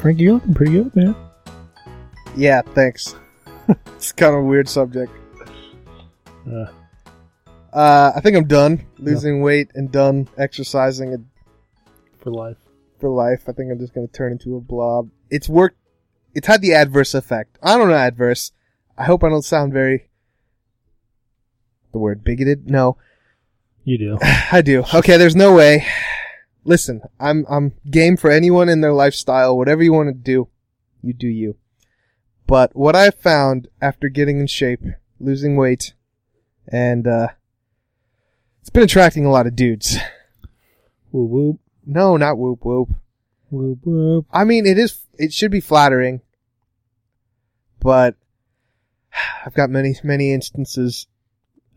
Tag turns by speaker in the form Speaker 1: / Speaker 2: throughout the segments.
Speaker 1: Frankie, you're looking pretty good, man.
Speaker 2: Yeah, thanks. it's kind of a weird subject.
Speaker 1: Uh,
Speaker 2: Uh, I think I'm done losing weight and done exercising and
Speaker 1: for life.
Speaker 2: for life. I think I'm just going to turn into a blob. It's worked. It's had the adverse effect. I don't know adverse. I hope I don't sound very. The word bigoted? No,
Speaker 1: You do.
Speaker 2: I do. Okay, there's no way. Listen, I'm I'm game for anyone in their lifestyle. Whatever you want to do, you do you. But what I found after getting in shape, losing weight, and uh, it's been attracting a lot of dudes.
Speaker 1: whoop whoop
Speaker 2: No, not whoop whoop.
Speaker 1: whoop whoop.
Speaker 2: I mean, it is. It should be flattering, but I've got many, many instances.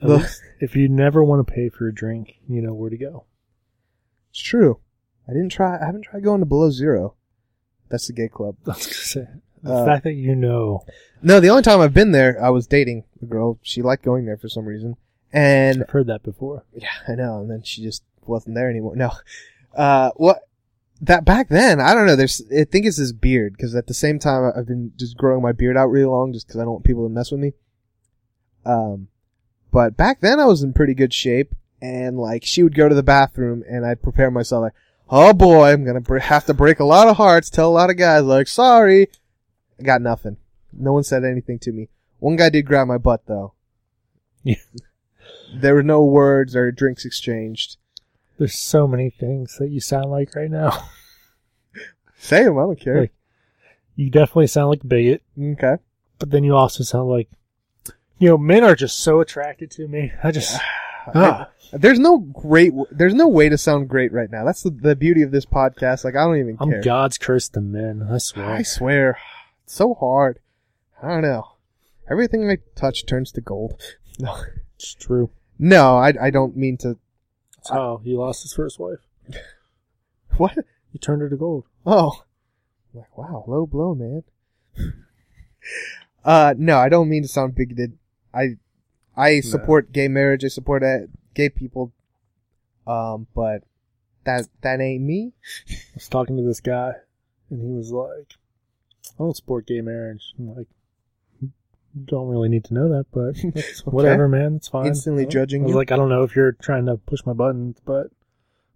Speaker 1: At
Speaker 2: Look.
Speaker 1: least if you never want to pay for a drink, you know where to go.
Speaker 2: It's true. I didn't try. I haven't tried going to below zero. That's the gay club.
Speaker 1: I was gonna say the
Speaker 2: Uh,
Speaker 1: fact that you know
Speaker 2: No, the only time I've been there, I was dating a girl. She liked going there for some reason, and
Speaker 1: I've heard that before.
Speaker 2: yeah, I know. And then she just wasn't there anymore. No, uh, what? That back then, I don't know. There's, I think it's this beard because at the same time, I've been just growing my beard out really long just because I don't want people to mess with me. Um, but back then I was in pretty good shape, and like she would go to the bathroom, and I'd prepare myself like, oh boy, I'm gonna br- have to break a lot of hearts, tell a lot of guys like, sorry, I got nothing. No one said anything to me. One guy did grab my butt though.
Speaker 1: Yeah.
Speaker 2: There were no words or drinks exchanged.
Speaker 1: There's so many things that you sound like right now.
Speaker 2: Say 'em, I don't care.
Speaker 1: Like- You definitely sound like a bigot,
Speaker 2: okay.
Speaker 1: but then you also sound like, you know, men are just so attracted to me. I just, ah,
Speaker 2: There's no great. w- There's no way to sound great right now. That's the, the beauty of this podcast. Like I don't even
Speaker 1: I'm
Speaker 2: care.
Speaker 1: God's curse to men. I swear.
Speaker 2: I swear, it's so hard. I don't know. Everything I touch turns to gold. No,
Speaker 1: It's true.
Speaker 2: no, I, I don't mean to.
Speaker 1: That's how he lost his first wife.
Speaker 2: What?
Speaker 1: He turned her to gold.
Speaker 2: Oh, like wow, low blow, man. uh, no, I don't mean to sound bigoted. I, I support gay marriage. I support uh, gay people. Um, but that that ain't me.
Speaker 1: I was talking to this guy, and he was like, I don't support gay marriage. I'm like, don't really need to know that, but
Speaker 2: It's okay.
Speaker 1: whatever, man. It's fine.
Speaker 2: Instantly
Speaker 1: I don't-
Speaker 2: judging
Speaker 1: I was
Speaker 2: you.
Speaker 1: like, I don't know if you're trying to push my buttons, but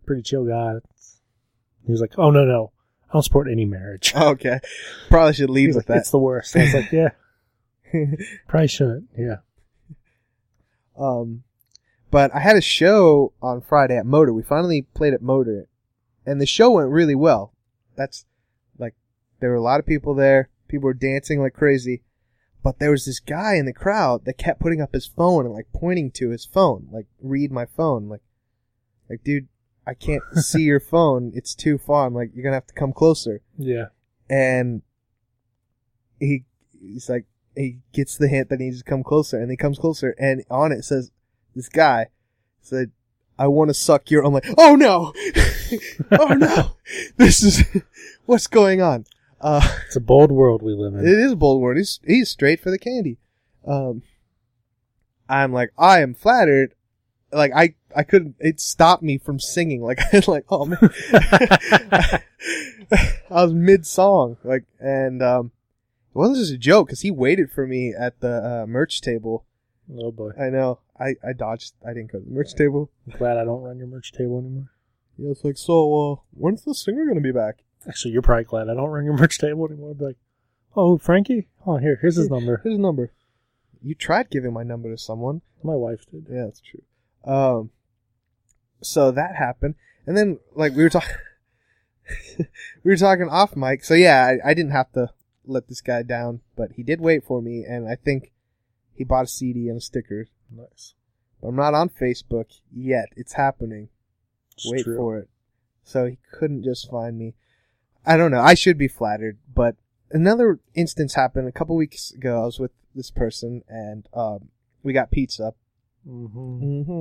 Speaker 1: pretty chill guy. It's- He was like, oh, no, no. I don't support any marriage.
Speaker 2: Okay, probably should leave
Speaker 1: He's
Speaker 2: with
Speaker 1: like, it's the worst. I was like, yeah,
Speaker 2: that.
Speaker 1: probably shouldn't. Yeah.
Speaker 2: Um, but I had a show on Friday at Motor. We finally played at Motor, and the show went really well. That's like there were a lot of people there. People were dancing like crazy, but there was this guy in the crowd that kept putting up his phone and like pointing to his phone, like read my phone, like like dude, I can't see your phone. It's too far. I'm like you're gonna have to come closer.
Speaker 1: Yeah.
Speaker 2: And he he's like he gets the hint that he needs to come closer, and he comes closer, and on it says this guy said, "I want to suck your." I'm like, "Oh no, oh no, this is what's going on." Uh,
Speaker 1: It's a bold world we live in.
Speaker 2: it is a bold word. He's he's straight for the candy. Um, I'm like, I am flattered. Like I I couldn't. It stopped me from singing. Like I like, oh man, I was mid song. Like and um, it wasn't just a joke because he waited for me at the uh, merch table.
Speaker 1: oh, boy.
Speaker 2: I know. I I dodged. I didn't go to the merch table.
Speaker 1: I'm glad I don't run your merch table anymore.
Speaker 2: Yeah, it's like so. Uh, when's the singer gonna be back?
Speaker 1: Actually, you're probably glad I don't run your merch table anymore. Be like, oh, Frankie? Oh, here, here's his number.
Speaker 2: Here's his number. You tried giving my number to someone.
Speaker 1: My wife did.
Speaker 2: Yeah, that's true. Um, so that happened, and then like we were talking, we were talking off mic. So yeah, I, I didn't have to let this guy down, but he did wait for me, and I think he bought a CD and a sticker.
Speaker 1: Nice.
Speaker 2: But I'm not on Facebook yet. It's happening.
Speaker 1: It's
Speaker 2: wait
Speaker 1: true.
Speaker 2: for it. So he couldn't just find me. I don't know. I should be flattered, but another instance happened a couple weeks ago. I was with this person, and um, we got pizza.
Speaker 1: Mm-hmm.
Speaker 2: Mm-hmm.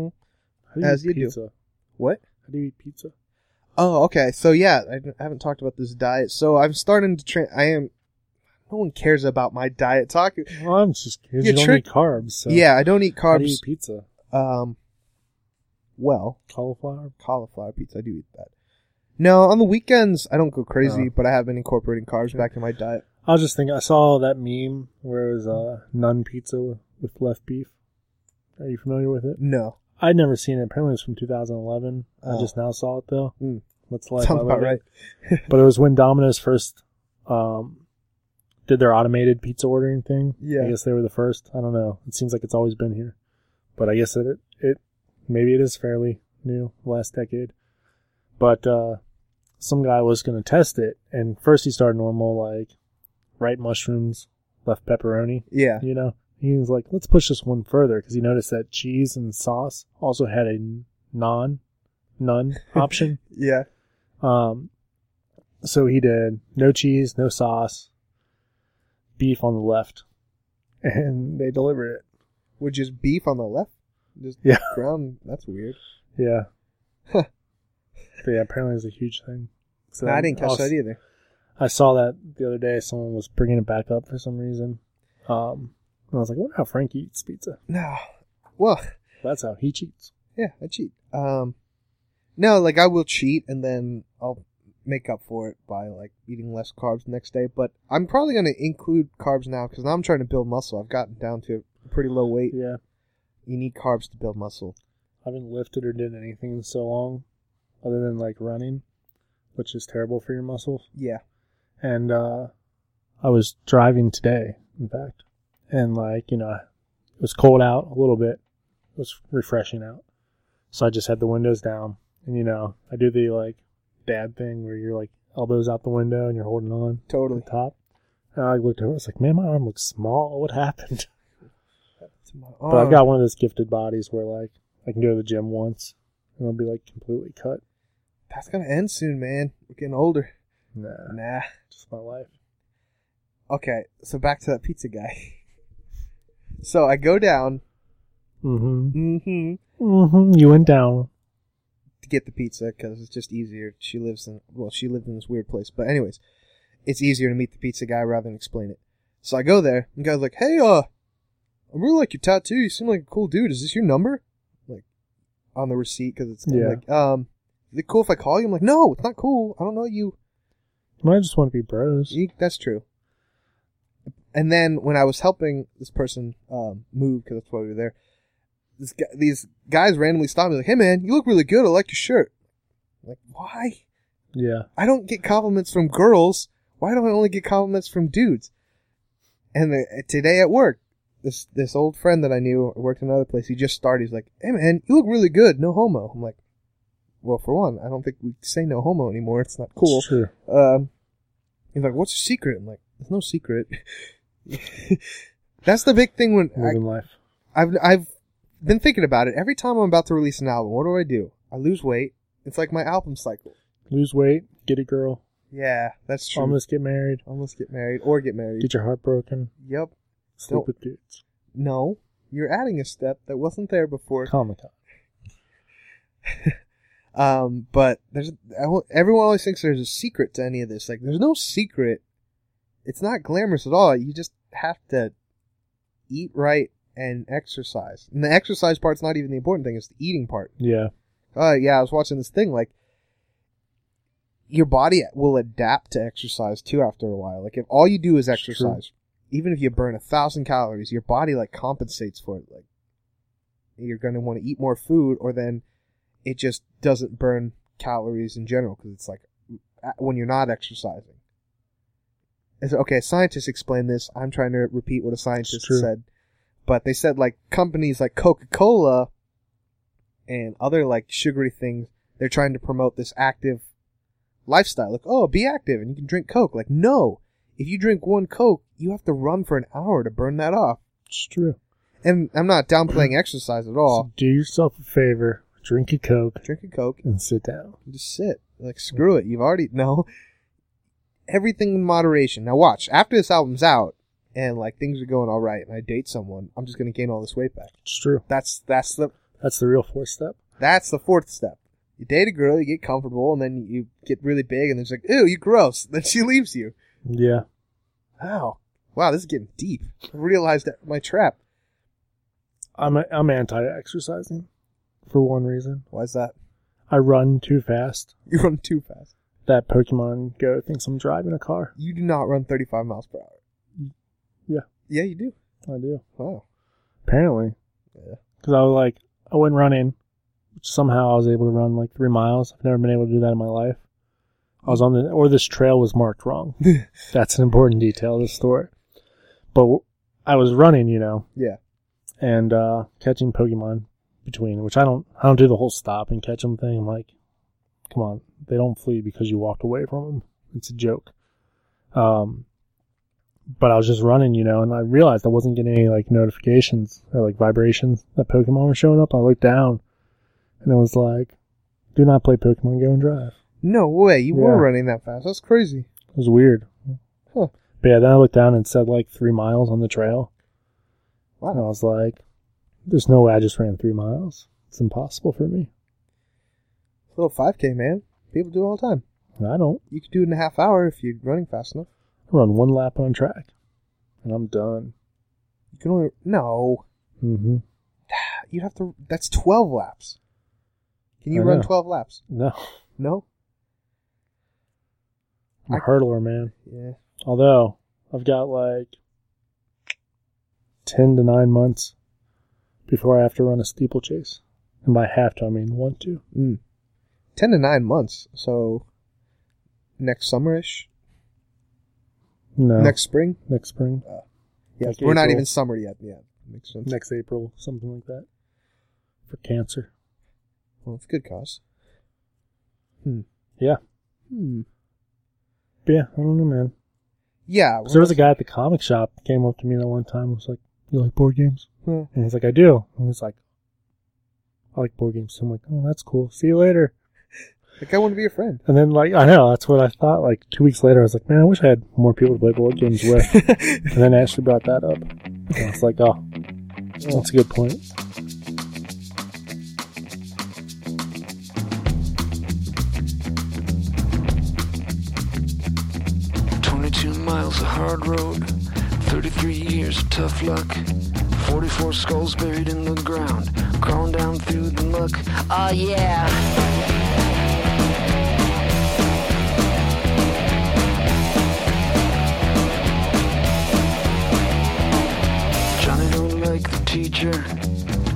Speaker 1: How do you
Speaker 2: As
Speaker 1: eat
Speaker 2: you do.
Speaker 1: pizza?
Speaker 2: What?
Speaker 1: How do you eat pizza?
Speaker 2: Oh, okay. So yeah, I haven't- I haven't talked about this diet. So I'm starting to train. I am. No one cares about my diet talk.
Speaker 1: Well, I'm just kidding.
Speaker 2: You
Speaker 1: You, don't
Speaker 2: trick-
Speaker 1: eat carbs. So
Speaker 2: Yeah, I don't eat
Speaker 1: How do you
Speaker 2: carbs.
Speaker 1: eat pizza?
Speaker 2: Um, well,
Speaker 1: Cauliflower.
Speaker 2: cauliflower pizza. I do eat that. No, on the weekends I don't go crazy,
Speaker 1: Oh.
Speaker 2: but I have been incorporating carbs back in my diet.
Speaker 1: I was just thinking. I saw that meme where it was uh, nun pizza with, with left beef. Are you familiar with it?
Speaker 2: No,
Speaker 1: I'd never seen it. Apparently, it was from 2011.
Speaker 2: Oh.
Speaker 1: I just now saw it though.
Speaker 2: Mm.
Speaker 1: Let's like
Speaker 2: sounds about right.
Speaker 1: But it was when Domino's first um, did their automated pizza ordering thing.
Speaker 2: Yeah.
Speaker 1: I guess they were the first. I don't know. It seems like it's always been here, but I guess it it, it maybe it is fairly new, last decade. But uh, some guy was going to test it, and first he started normal, like right mushrooms, left pepperoni.
Speaker 2: Yeah,
Speaker 1: You know, he was like, let's push this one further because he noticed that cheese and sauce also had a non, none option.
Speaker 2: yeah,
Speaker 1: Um, so he did no cheese, no sauce, beef on the left, and they delivered it.
Speaker 2: with just beef on the left, just
Speaker 1: Yeah.
Speaker 2: ground. That's weird.
Speaker 1: Yeah.
Speaker 2: Huh.
Speaker 1: But yeah, apparently it's a huge thing. So
Speaker 2: No, I didn't catch
Speaker 1: I'll-
Speaker 2: that either.
Speaker 1: I saw that the other day. Someone was bringing it back up for some reason. Um, and I was like, I wonder how Frank eats pizza.
Speaker 2: No, well,
Speaker 1: That's how he cheats.
Speaker 2: yeah, I cheat. Um, no, like I will cheat and then I'll make up for it by like eating less carbs the next day. But I'm probably gonna include carbs now because now I'm trying to build muscle. I've gotten down to a pretty low weight.
Speaker 1: Yeah.
Speaker 2: You need carbs to build muscle.
Speaker 1: I haven't lifted or did anything in so long other than like running, which is terrible for your muscles.
Speaker 2: Yeah,
Speaker 1: and uh, I was driving today, in fact, and like you know, it was cold out a little bit. It was refreshing out, so I just had the windows down, and you know, I do the like dad thing where you're like elbows out the window and you're holding on
Speaker 2: totally.
Speaker 1: to the top. And I looked over, I was like, man, my arm looks small. What happened? But
Speaker 2: Oh.
Speaker 1: I've got one of those gifted bodies where like I can go to the gym once and it'll be like completely cut.
Speaker 2: That's gonna end soon, man. We're getting older.
Speaker 1: Nah,
Speaker 2: Nah.
Speaker 1: just my life.
Speaker 2: Okay, so back to that pizza guy. so I go down
Speaker 1: Mm-hmm.
Speaker 2: mm-hmm,
Speaker 1: Mm-hmm. You went down.
Speaker 2: to get the pizza because it's just easier. She lives in well, she lived in this weird place, but anyways, it's easier to meet the pizza guy rather than explain it. So I go there and the guy's like, "Hey, uh, I really like your tattoo. You seem like a cool dude. Is this your number?" Like on the receipt because it's
Speaker 1: Yeah.
Speaker 2: like, um, is it cool if I call you? I'm like, "No, it's not cool. I don't know you."
Speaker 1: You might just want to be bros.
Speaker 2: Ye- That's true. And then when I was helping this person um, move, because that's why we were there, this guy, these guys randomly stopped me like, "Hey man, you look really good. I like your shirt." I'm like, why?
Speaker 1: Yeah.
Speaker 2: I don't get compliments from girls. Why do I only get compliments from dudes? And the, uh, today at work, this this old friend that I knew worked in another place. He just started. He's like, "Hey man, you look really good. No homo." I'm like, "Well, for one, I don't think we say no homo anymore. It's not cool."
Speaker 1: It's true.
Speaker 2: Um, he's like, "What's your secret?" I'm like, "There's no secret." That's the big thing when
Speaker 1: Living life.
Speaker 2: I, I've I've been thinking about it. Every time I'm about to release an album, what do I do? I lose weight. It's like my album cycle.
Speaker 1: Lose weight, get a girl,
Speaker 2: Yeah, that's true.
Speaker 1: almost
Speaker 2: Almost,
Speaker 1: get married,
Speaker 2: get married or get married.
Speaker 1: get your heart broken,
Speaker 2: yep.
Speaker 1: sleep
Speaker 2: Don't-
Speaker 1: with dudes.
Speaker 2: No, you're adding a step that wasn't there before.
Speaker 1: Comic Con.
Speaker 2: Um, but there's I won't- everyone always thinks there's a secret to any of this. Like, there's no secret. It's not glamorous at all. You just have to eat right and exercise. And the exercise part's not even the important thing. It's the eating part.
Speaker 1: Yeah.
Speaker 2: Uh, yeah, I was watching this thing like. Your body will adapt to exercise too after a while. Like if all you do is
Speaker 1: It's true.
Speaker 2: exercise, even if you burn a thousand calories, your body like compensates for it. Like you're going to want to eat more food, or then it just doesn't burn calories in general because it's like uh, when you're not exercising. It's, okay, scientists explain this. I'm trying to repeat what a scientist
Speaker 1: true.
Speaker 2: said, but they said like companies like Coca Cola and other like sugary things, they're trying to promote this active lifestyle. Like, oh, be active and you can drink Coke. Like, no, if you drink one Coke, you have to run for an hour to burn that off.
Speaker 1: It's true.
Speaker 2: And I'm not downplaying exercise at all.
Speaker 1: So do yourself a favor, drink a Coke,
Speaker 2: Drink a Coke
Speaker 1: and sit down.
Speaker 2: and just sit. Like, screw it. You've already, no. Everything in moderation. Now, watch. After this album's out and like things are going all right and I date someone, I'm just going to gain all this weight back.
Speaker 1: It's true.
Speaker 2: That's, that's the,
Speaker 1: That's the real fourth step.
Speaker 2: That's the fourth step. You date a girl, you get comfortable, and then you get really big, and then she's like, "Ew, you gross." Then she leaves you.
Speaker 1: Yeah.
Speaker 2: Wow, wow, this is getting deep. I realized that my trap.
Speaker 1: I'm I'm anti exercising for one reason.
Speaker 2: Why is that?
Speaker 1: I run too fast.
Speaker 2: You run too fast.
Speaker 1: That Pokemon Go thinks I'm driving a car.
Speaker 2: You do not run 35 miles per hour.
Speaker 1: Yeah.
Speaker 2: Yeah, you do.
Speaker 1: I do.
Speaker 2: Wow.
Speaker 1: Apparently.
Speaker 2: Yeah.
Speaker 1: Because I was like, I went running. Which somehow I was able to run like three miles. I've never been able to do that in my life. I was on the, or this trail was marked wrong. That's an important detail of the story. But w- I was running, you know,
Speaker 2: Yeah.
Speaker 1: and uh, catching Pokemon between, which I don't, I don't do the whole stop and catch them thing. I'm like, come on, they don't flee because you walked away from them. It's a joke. Um, but I was just running, you know, and I realized I wasn't getting any like notifications or like vibrations that Pokemon were showing up. I looked down, and it was like, do not play Pokemon Go and Drive.
Speaker 2: No way. You were
Speaker 1: Yeah.
Speaker 2: running that fast. That's crazy.
Speaker 1: It was weird.
Speaker 2: Huh.
Speaker 1: But yeah, then I looked down and it said like three miles on the trail.
Speaker 2: Wow.
Speaker 1: And I was like, there's no way I just ran three miles. It's impossible for me.
Speaker 2: Little 5K, man. People do it all the time.
Speaker 1: And I don't
Speaker 2: You could do it in a half hour if you're running fast enough.
Speaker 1: I run one lap on track and I'm done.
Speaker 2: You can only. No.
Speaker 1: Mm-hmm.
Speaker 2: You'd have to. That's 12 laps. Can you
Speaker 1: I
Speaker 2: run
Speaker 1: know.
Speaker 2: 12 laps?
Speaker 1: No,
Speaker 2: No?
Speaker 1: I'm a
Speaker 2: I-
Speaker 1: hurdler, man.
Speaker 2: Yeah.
Speaker 1: Although I've got like 10 to 9 months before I have to run a steeplechase. And by have to, I mean want to.
Speaker 2: Mm. 10 to 9 months. So. Next summerish?
Speaker 1: No.
Speaker 2: Next spring?
Speaker 1: next spring.
Speaker 2: Yeah.
Speaker 1: Like
Speaker 2: we're not
Speaker 1: April.
Speaker 2: even summer yet. Yeah. Makes sense.
Speaker 1: Next April, something like that. For cancer.
Speaker 2: Well, it's a good cause.
Speaker 1: Yeah.
Speaker 2: Hmm.
Speaker 1: But yeah, I don't know, man.
Speaker 2: Yeah.
Speaker 1: 'Cause there was a guy at the comic shop came up to me that one time and was like, You like board games?
Speaker 2: Yeah.
Speaker 1: And he's like, I do. And he's like, I like board games. So I'm like, Oh, that's cool. See you later.
Speaker 2: Like, I want to be a friend.
Speaker 1: And then, like, I know, that's what I thought. Like, two weeks later, I was like, Man, I wish I had more people to play board games with. and then Ashley brought that up. And I was like, Oh, that's a good point.
Speaker 3: Twenty-two miles of hard road, thirty-three years of tough luck, forty-four skulls buried in the ground, crawling down through the muck. Oh yeah. Johnny don't like the teacher.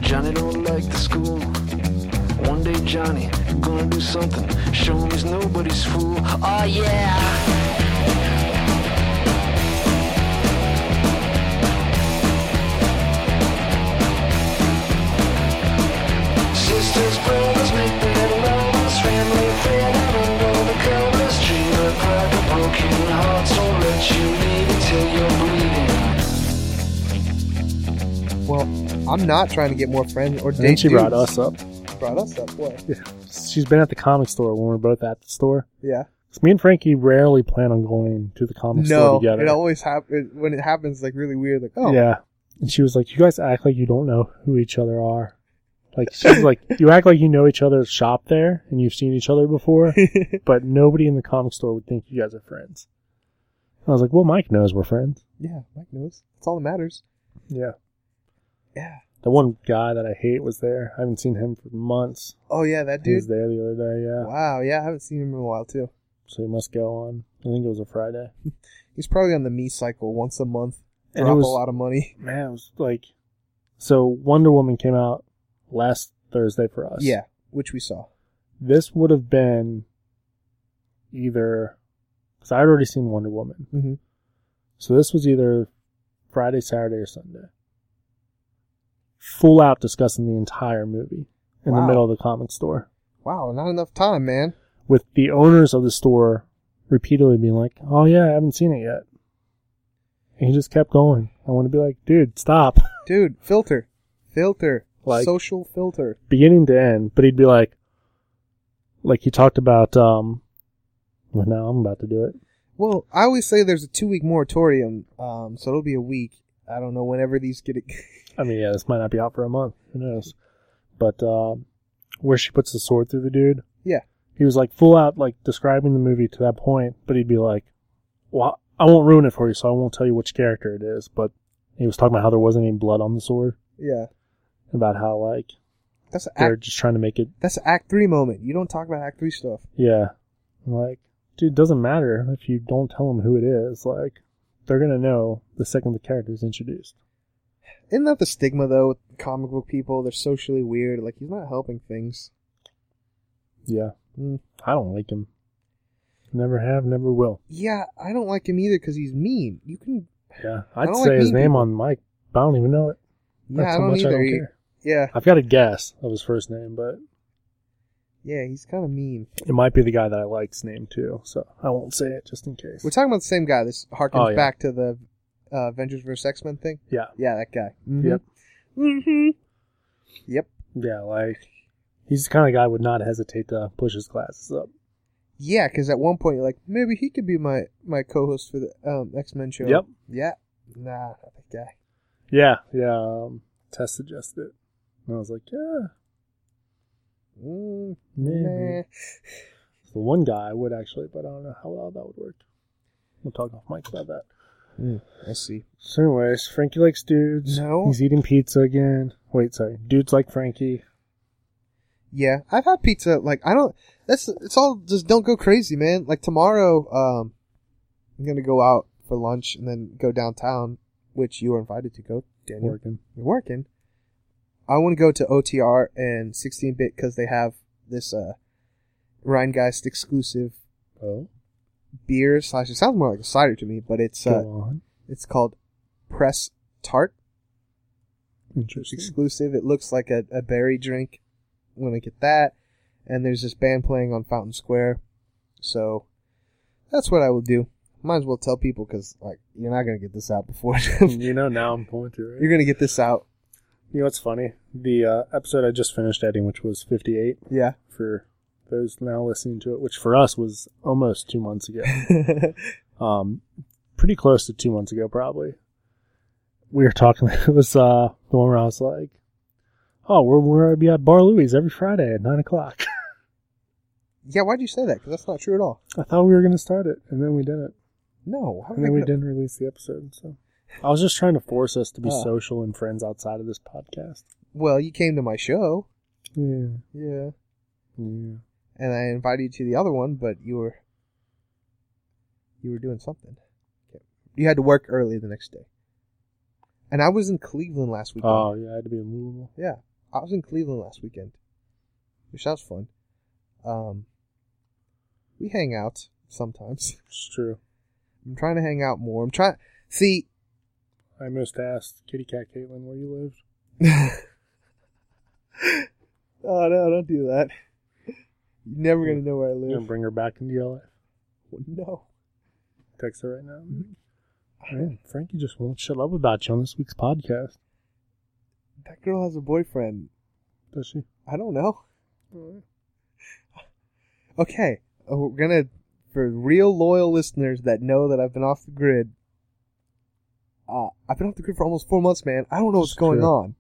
Speaker 3: Johnny don't like the school. One day Johnny gonna do something. Show him he's nobody's fool. Oh yeah. Sisters, brothers, make their lovers, family, friend, under the covers. Dream of private broken hearts, don't let you leave until you're bleeding.
Speaker 2: Well, I'm not trying to get more friends or
Speaker 1: And then
Speaker 2: date
Speaker 1: she brought
Speaker 2: dudes.
Speaker 1: us up.
Speaker 2: Brought us up. What?
Speaker 1: She's been at the comic store when we are both at the store.
Speaker 2: Yeah.
Speaker 1: 'Cause me and Frankie rarely plan on going to the comic store
Speaker 2: No,
Speaker 1: together.
Speaker 2: it always happens when it happens. Like really weird. Like oh,
Speaker 1: Yeah. And she was like, You guys act like you don't know who each other are. Like she's like you act like you know each other's shop there and you've seen each other before, but nobody in the comic store would think you guys are friends. I was like, Well Mike knows we're friends.
Speaker 2: yeah. Mike knows. That's all that matters.
Speaker 1: Yeah.
Speaker 2: Yeah.
Speaker 1: The one guy that I hate was there. I haven't seen him for months.
Speaker 2: Oh yeah, that
Speaker 1: He was
Speaker 2: dude.
Speaker 1: there the other day, yeah.
Speaker 2: Wow. Yeah, I haven't seen him in a while too.
Speaker 1: So he must go on. I think it was a Friday.
Speaker 2: He's probably on the me cycle once a month.
Speaker 1: And it
Speaker 2: Drop
Speaker 1: was-
Speaker 2: a lot of money.
Speaker 1: Man, it was like so Wonder Woman came out last Thursday for us.
Speaker 2: Yeah, which we saw.
Speaker 1: this would have been either because I'd already seen Wonder Woman,
Speaker 2: Mm-hmm.
Speaker 1: so this was either Friday, Saturday, or Sunday. Full out discussing the entire movie in the
Speaker 2: Wow.
Speaker 1: middle of the comic store
Speaker 2: Wow, not enough time, man.
Speaker 1: with the owners of the store repeatedly being like, "Oh yeah, I haven't seen it yet," and he just kept going. I want to be like, "Dude, stop!"
Speaker 2: Dude, filter, filter,
Speaker 1: Like-
Speaker 2: social filter.
Speaker 1: beginning to end, but he'd be like, like he talked about. um well, now I'm about to do it.
Speaker 2: Well, I always say there's a two week moratorium, um, so it'll be a week. I don't know whenever these get.
Speaker 1: I mean, yeah, this might not be out for a month. Who knows? But uh, where she puts the sword through the dude,
Speaker 2: yeah,
Speaker 1: he was like full out like describing the movie to that point, but he'd be like, "Well, I won't ruin it for you, so I won't tell you which character it is." But he was talking about how there wasn't any blood on the sword,
Speaker 2: yeah.
Speaker 1: about how like
Speaker 2: That's an
Speaker 1: They're
Speaker 2: act.
Speaker 1: just trying to make it.
Speaker 2: That's an act three moment. You don't talk about act three stuff.
Speaker 1: Yeah. I'm like, dude, doesn't matter if you don't tell them who it is. Like, they're gonna know the second the character is introduced.
Speaker 2: Isn't that the stigma though? With comic book people, they're socially weird. Like he's not helping things.
Speaker 1: Yeah.
Speaker 2: Mm.
Speaker 1: I don't like him. Never have, never will.
Speaker 2: Yeah, I don't like him either because he's mean. You can.
Speaker 1: Yeah.
Speaker 2: I
Speaker 1: I'd
Speaker 2: don't
Speaker 1: say
Speaker 2: like
Speaker 1: his
Speaker 2: mean
Speaker 1: name
Speaker 2: people.
Speaker 1: on Mike. but I don't even know it.
Speaker 2: Yeah,
Speaker 1: Not
Speaker 2: I
Speaker 1: so
Speaker 2: don't
Speaker 1: much.
Speaker 2: either.
Speaker 1: I don't
Speaker 2: He-
Speaker 1: care.
Speaker 2: Yeah,
Speaker 1: I've got a guess of his first name, but
Speaker 2: yeah, he's kind of mean.
Speaker 1: it might be the guy that I like's name too. So I won't say it just in case.
Speaker 2: We're talking about the same guy. This harkens
Speaker 1: Oh, yeah.
Speaker 2: back to the uh, Avengers vs X Men thing.
Speaker 1: yeah.
Speaker 2: Yeah, that guy.
Speaker 1: Yep.
Speaker 2: hmm Yep.
Speaker 1: Yeah. Like he's the kind of guy who would not hesitate to push his glasses up.
Speaker 2: Yeah, because at one point you're like, maybe he could be my my co-host for the um, X Men show.
Speaker 1: Yep.
Speaker 2: Yeah. Nah, not that guy.
Speaker 1: Yeah. Yeah. Um, Tess suggested it. And I was like, yeah,
Speaker 2: Mm,
Speaker 1: maybe.
Speaker 2: nah.
Speaker 1: The one guy I would actually, but I don't know how well that would work. We'll talk off mic about that.
Speaker 2: I see.
Speaker 1: So, anyways, Frankie likes dudes.
Speaker 2: No.
Speaker 1: He's eating pizza again. Wait, sorry. Dudes like Frankie.
Speaker 2: Yeah, I've had pizza. Like I don't. That's it's all just don't go crazy, man. Like tomorrow, um, I'm gonna go out for lunch and then go downtown, which you were invited to go. Daniel,
Speaker 1: Working.
Speaker 2: you're working. I want to go to OTR and 16-bit because they have this uh, Rheingeist exclusive
Speaker 1: Oh.
Speaker 2: beer slash. It sounds more like a cider to me, but it's uh,
Speaker 1: Go on.
Speaker 2: It's called Press Tart. It's
Speaker 1: Interesting.
Speaker 2: exclusive. It looks like a, a berry drink when I get that. And there's this band playing on Fountain Square. So that's what I will do. Might as well tell people because, like, you're not going to get this out before. you're
Speaker 1: you know, now I'm going to. Right?
Speaker 2: going to get this out.
Speaker 1: You know what's funny? The uh, episode I just finished editing, which was 58,
Speaker 2: Yeah.
Speaker 1: for those now listening to it, which for us was almost two months ago, um, pretty close to two months ago, probably. We were talking. It was uh, the one where I was like, "Oh, we're we're gonna be at Bar Louie's every Friday at nine o'clock."
Speaker 2: yeah, why'd you say that? Because that's not true at all.
Speaker 1: I thought we were gonna start it, and then we didn't,
Speaker 2: No. How
Speaker 1: and
Speaker 2: would I
Speaker 1: then we
Speaker 2: know?
Speaker 1: didn't release the episode. So I was just trying to force us to be
Speaker 2: Ah.
Speaker 1: social and friends outside of this podcast.
Speaker 2: Well, you came to my show.
Speaker 1: Yeah,
Speaker 2: Yeah.
Speaker 1: yeah.
Speaker 2: And I invited you to the other one, but you were. You were doing something. You had to work early the next day. And I was in Cleveland last weekend.
Speaker 1: Oh yeah, I had to be in Louisville.
Speaker 2: Yeah, I was in Cleveland last weekend, which sounds fun. Um, we hang out sometimes.
Speaker 1: It's true.
Speaker 2: I'm trying to hang out more. I'm trying. See,
Speaker 1: I must ask Kitty Cat Caitlin where you lived.
Speaker 2: oh no, don't do that. You're never gonna know where I
Speaker 1: You gonna
Speaker 2: live.
Speaker 1: bring her back into your life?
Speaker 2: No.
Speaker 1: Text her right now. Man, Frankie just won't shut up about you on this week's podcast,
Speaker 2: That girl has a boyfriend.
Speaker 1: does she?
Speaker 2: I don't know. Okay, uh, we're gonna for real loyal listeners that know that I've been off the grid. Uh, I've been off the grid for almost four months, man. I don't know what's
Speaker 1: It's
Speaker 2: going
Speaker 1: true.
Speaker 2: on.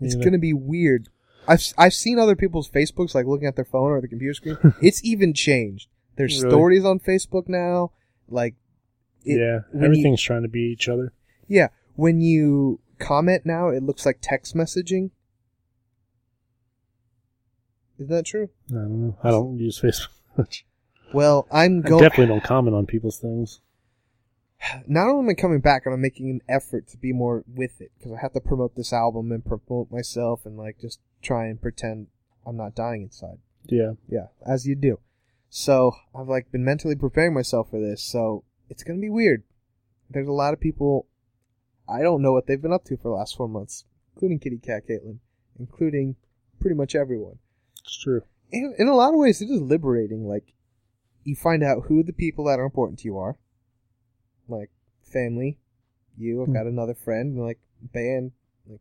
Speaker 2: It's
Speaker 1: Neither.
Speaker 2: gonna be weird. I've I've seen other people's Facebooks like looking at their phone or the computer screen. it's even changed. There's
Speaker 1: Really?
Speaker 2: stories on Facebook now. Like, it-
Speaker 1: yeah,
Speaker 2: when you-
Speaker 1: everything's trying to be each other.
Speaker 2: yeah, when you comment now, it looks like text messaging. Is that true?
Speaker 1: I don't know. I don't use Facebook much.
Speaker 2: Well, I'm
Speaker 1: I
Speaker 2: going.
Speaker 1: Uh, definitely don't comment on people's things.
Speaker 2: not only am I coming back, and I'm making an effort to be more with it because I have to promote this album and promote myself and like just try and pretend I'm not dying inside.
Speaker 1: Yeah,
Speaker 2: Yeah, as you do. So I've like been mentally preparing myself for this. So it's gonna be weird. There's a lot of people. I don't know what they've been up to for the last four months, including Kitty Cat Caitlin, including pretty much everyone.
Speaker 1: it's true.
Speaker 2: In, in a lot of ways, it is liberating. Like, you find out who the people that are important to you are. Like, family, you, I've got another friend, and like, band. Like,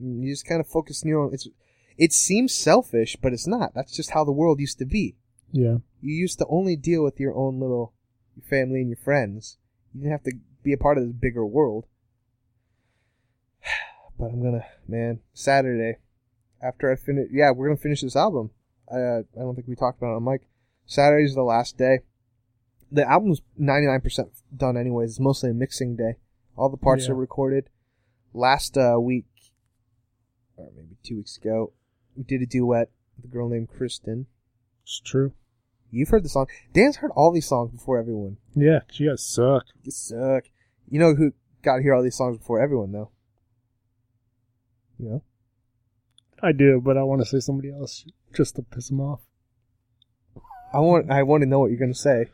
Speaker 2: you just kind of focus on your own. It's, it seems selfish, but it's not. That's just how the world used to be.
Speaker 1: Yeah,
Speaker 2: You used to only deal with your own little family and your friends. You didn't have to be a part of this bigger world. But I'm gonna, man, Saturday, after I finish, yeah, we're gonna finish this album. I, uh, I don't think we talked about it on mic. Saturday's the last day. The album's 99% done anyways. It's mostly a mixing day. All the parts
Speaker 1: Yeah.
Speaker 2: are recorded. Last uh, week, or maybe two weeks ago, we did a duet with a girl named Kristen.
Speaker 1: It's true.
Speaker 2: You've heard the song. Dan's heard all these songs before everyone.
Speaker 1: Yeah, you guys suck.
Speaker 2: You suck. You know who got to hear all these songs before everyone, though? You know?
Speaker 1: I do, but I want to say somebody else just to piss them off.
Speaker 2: I want I want to know what you're going to say.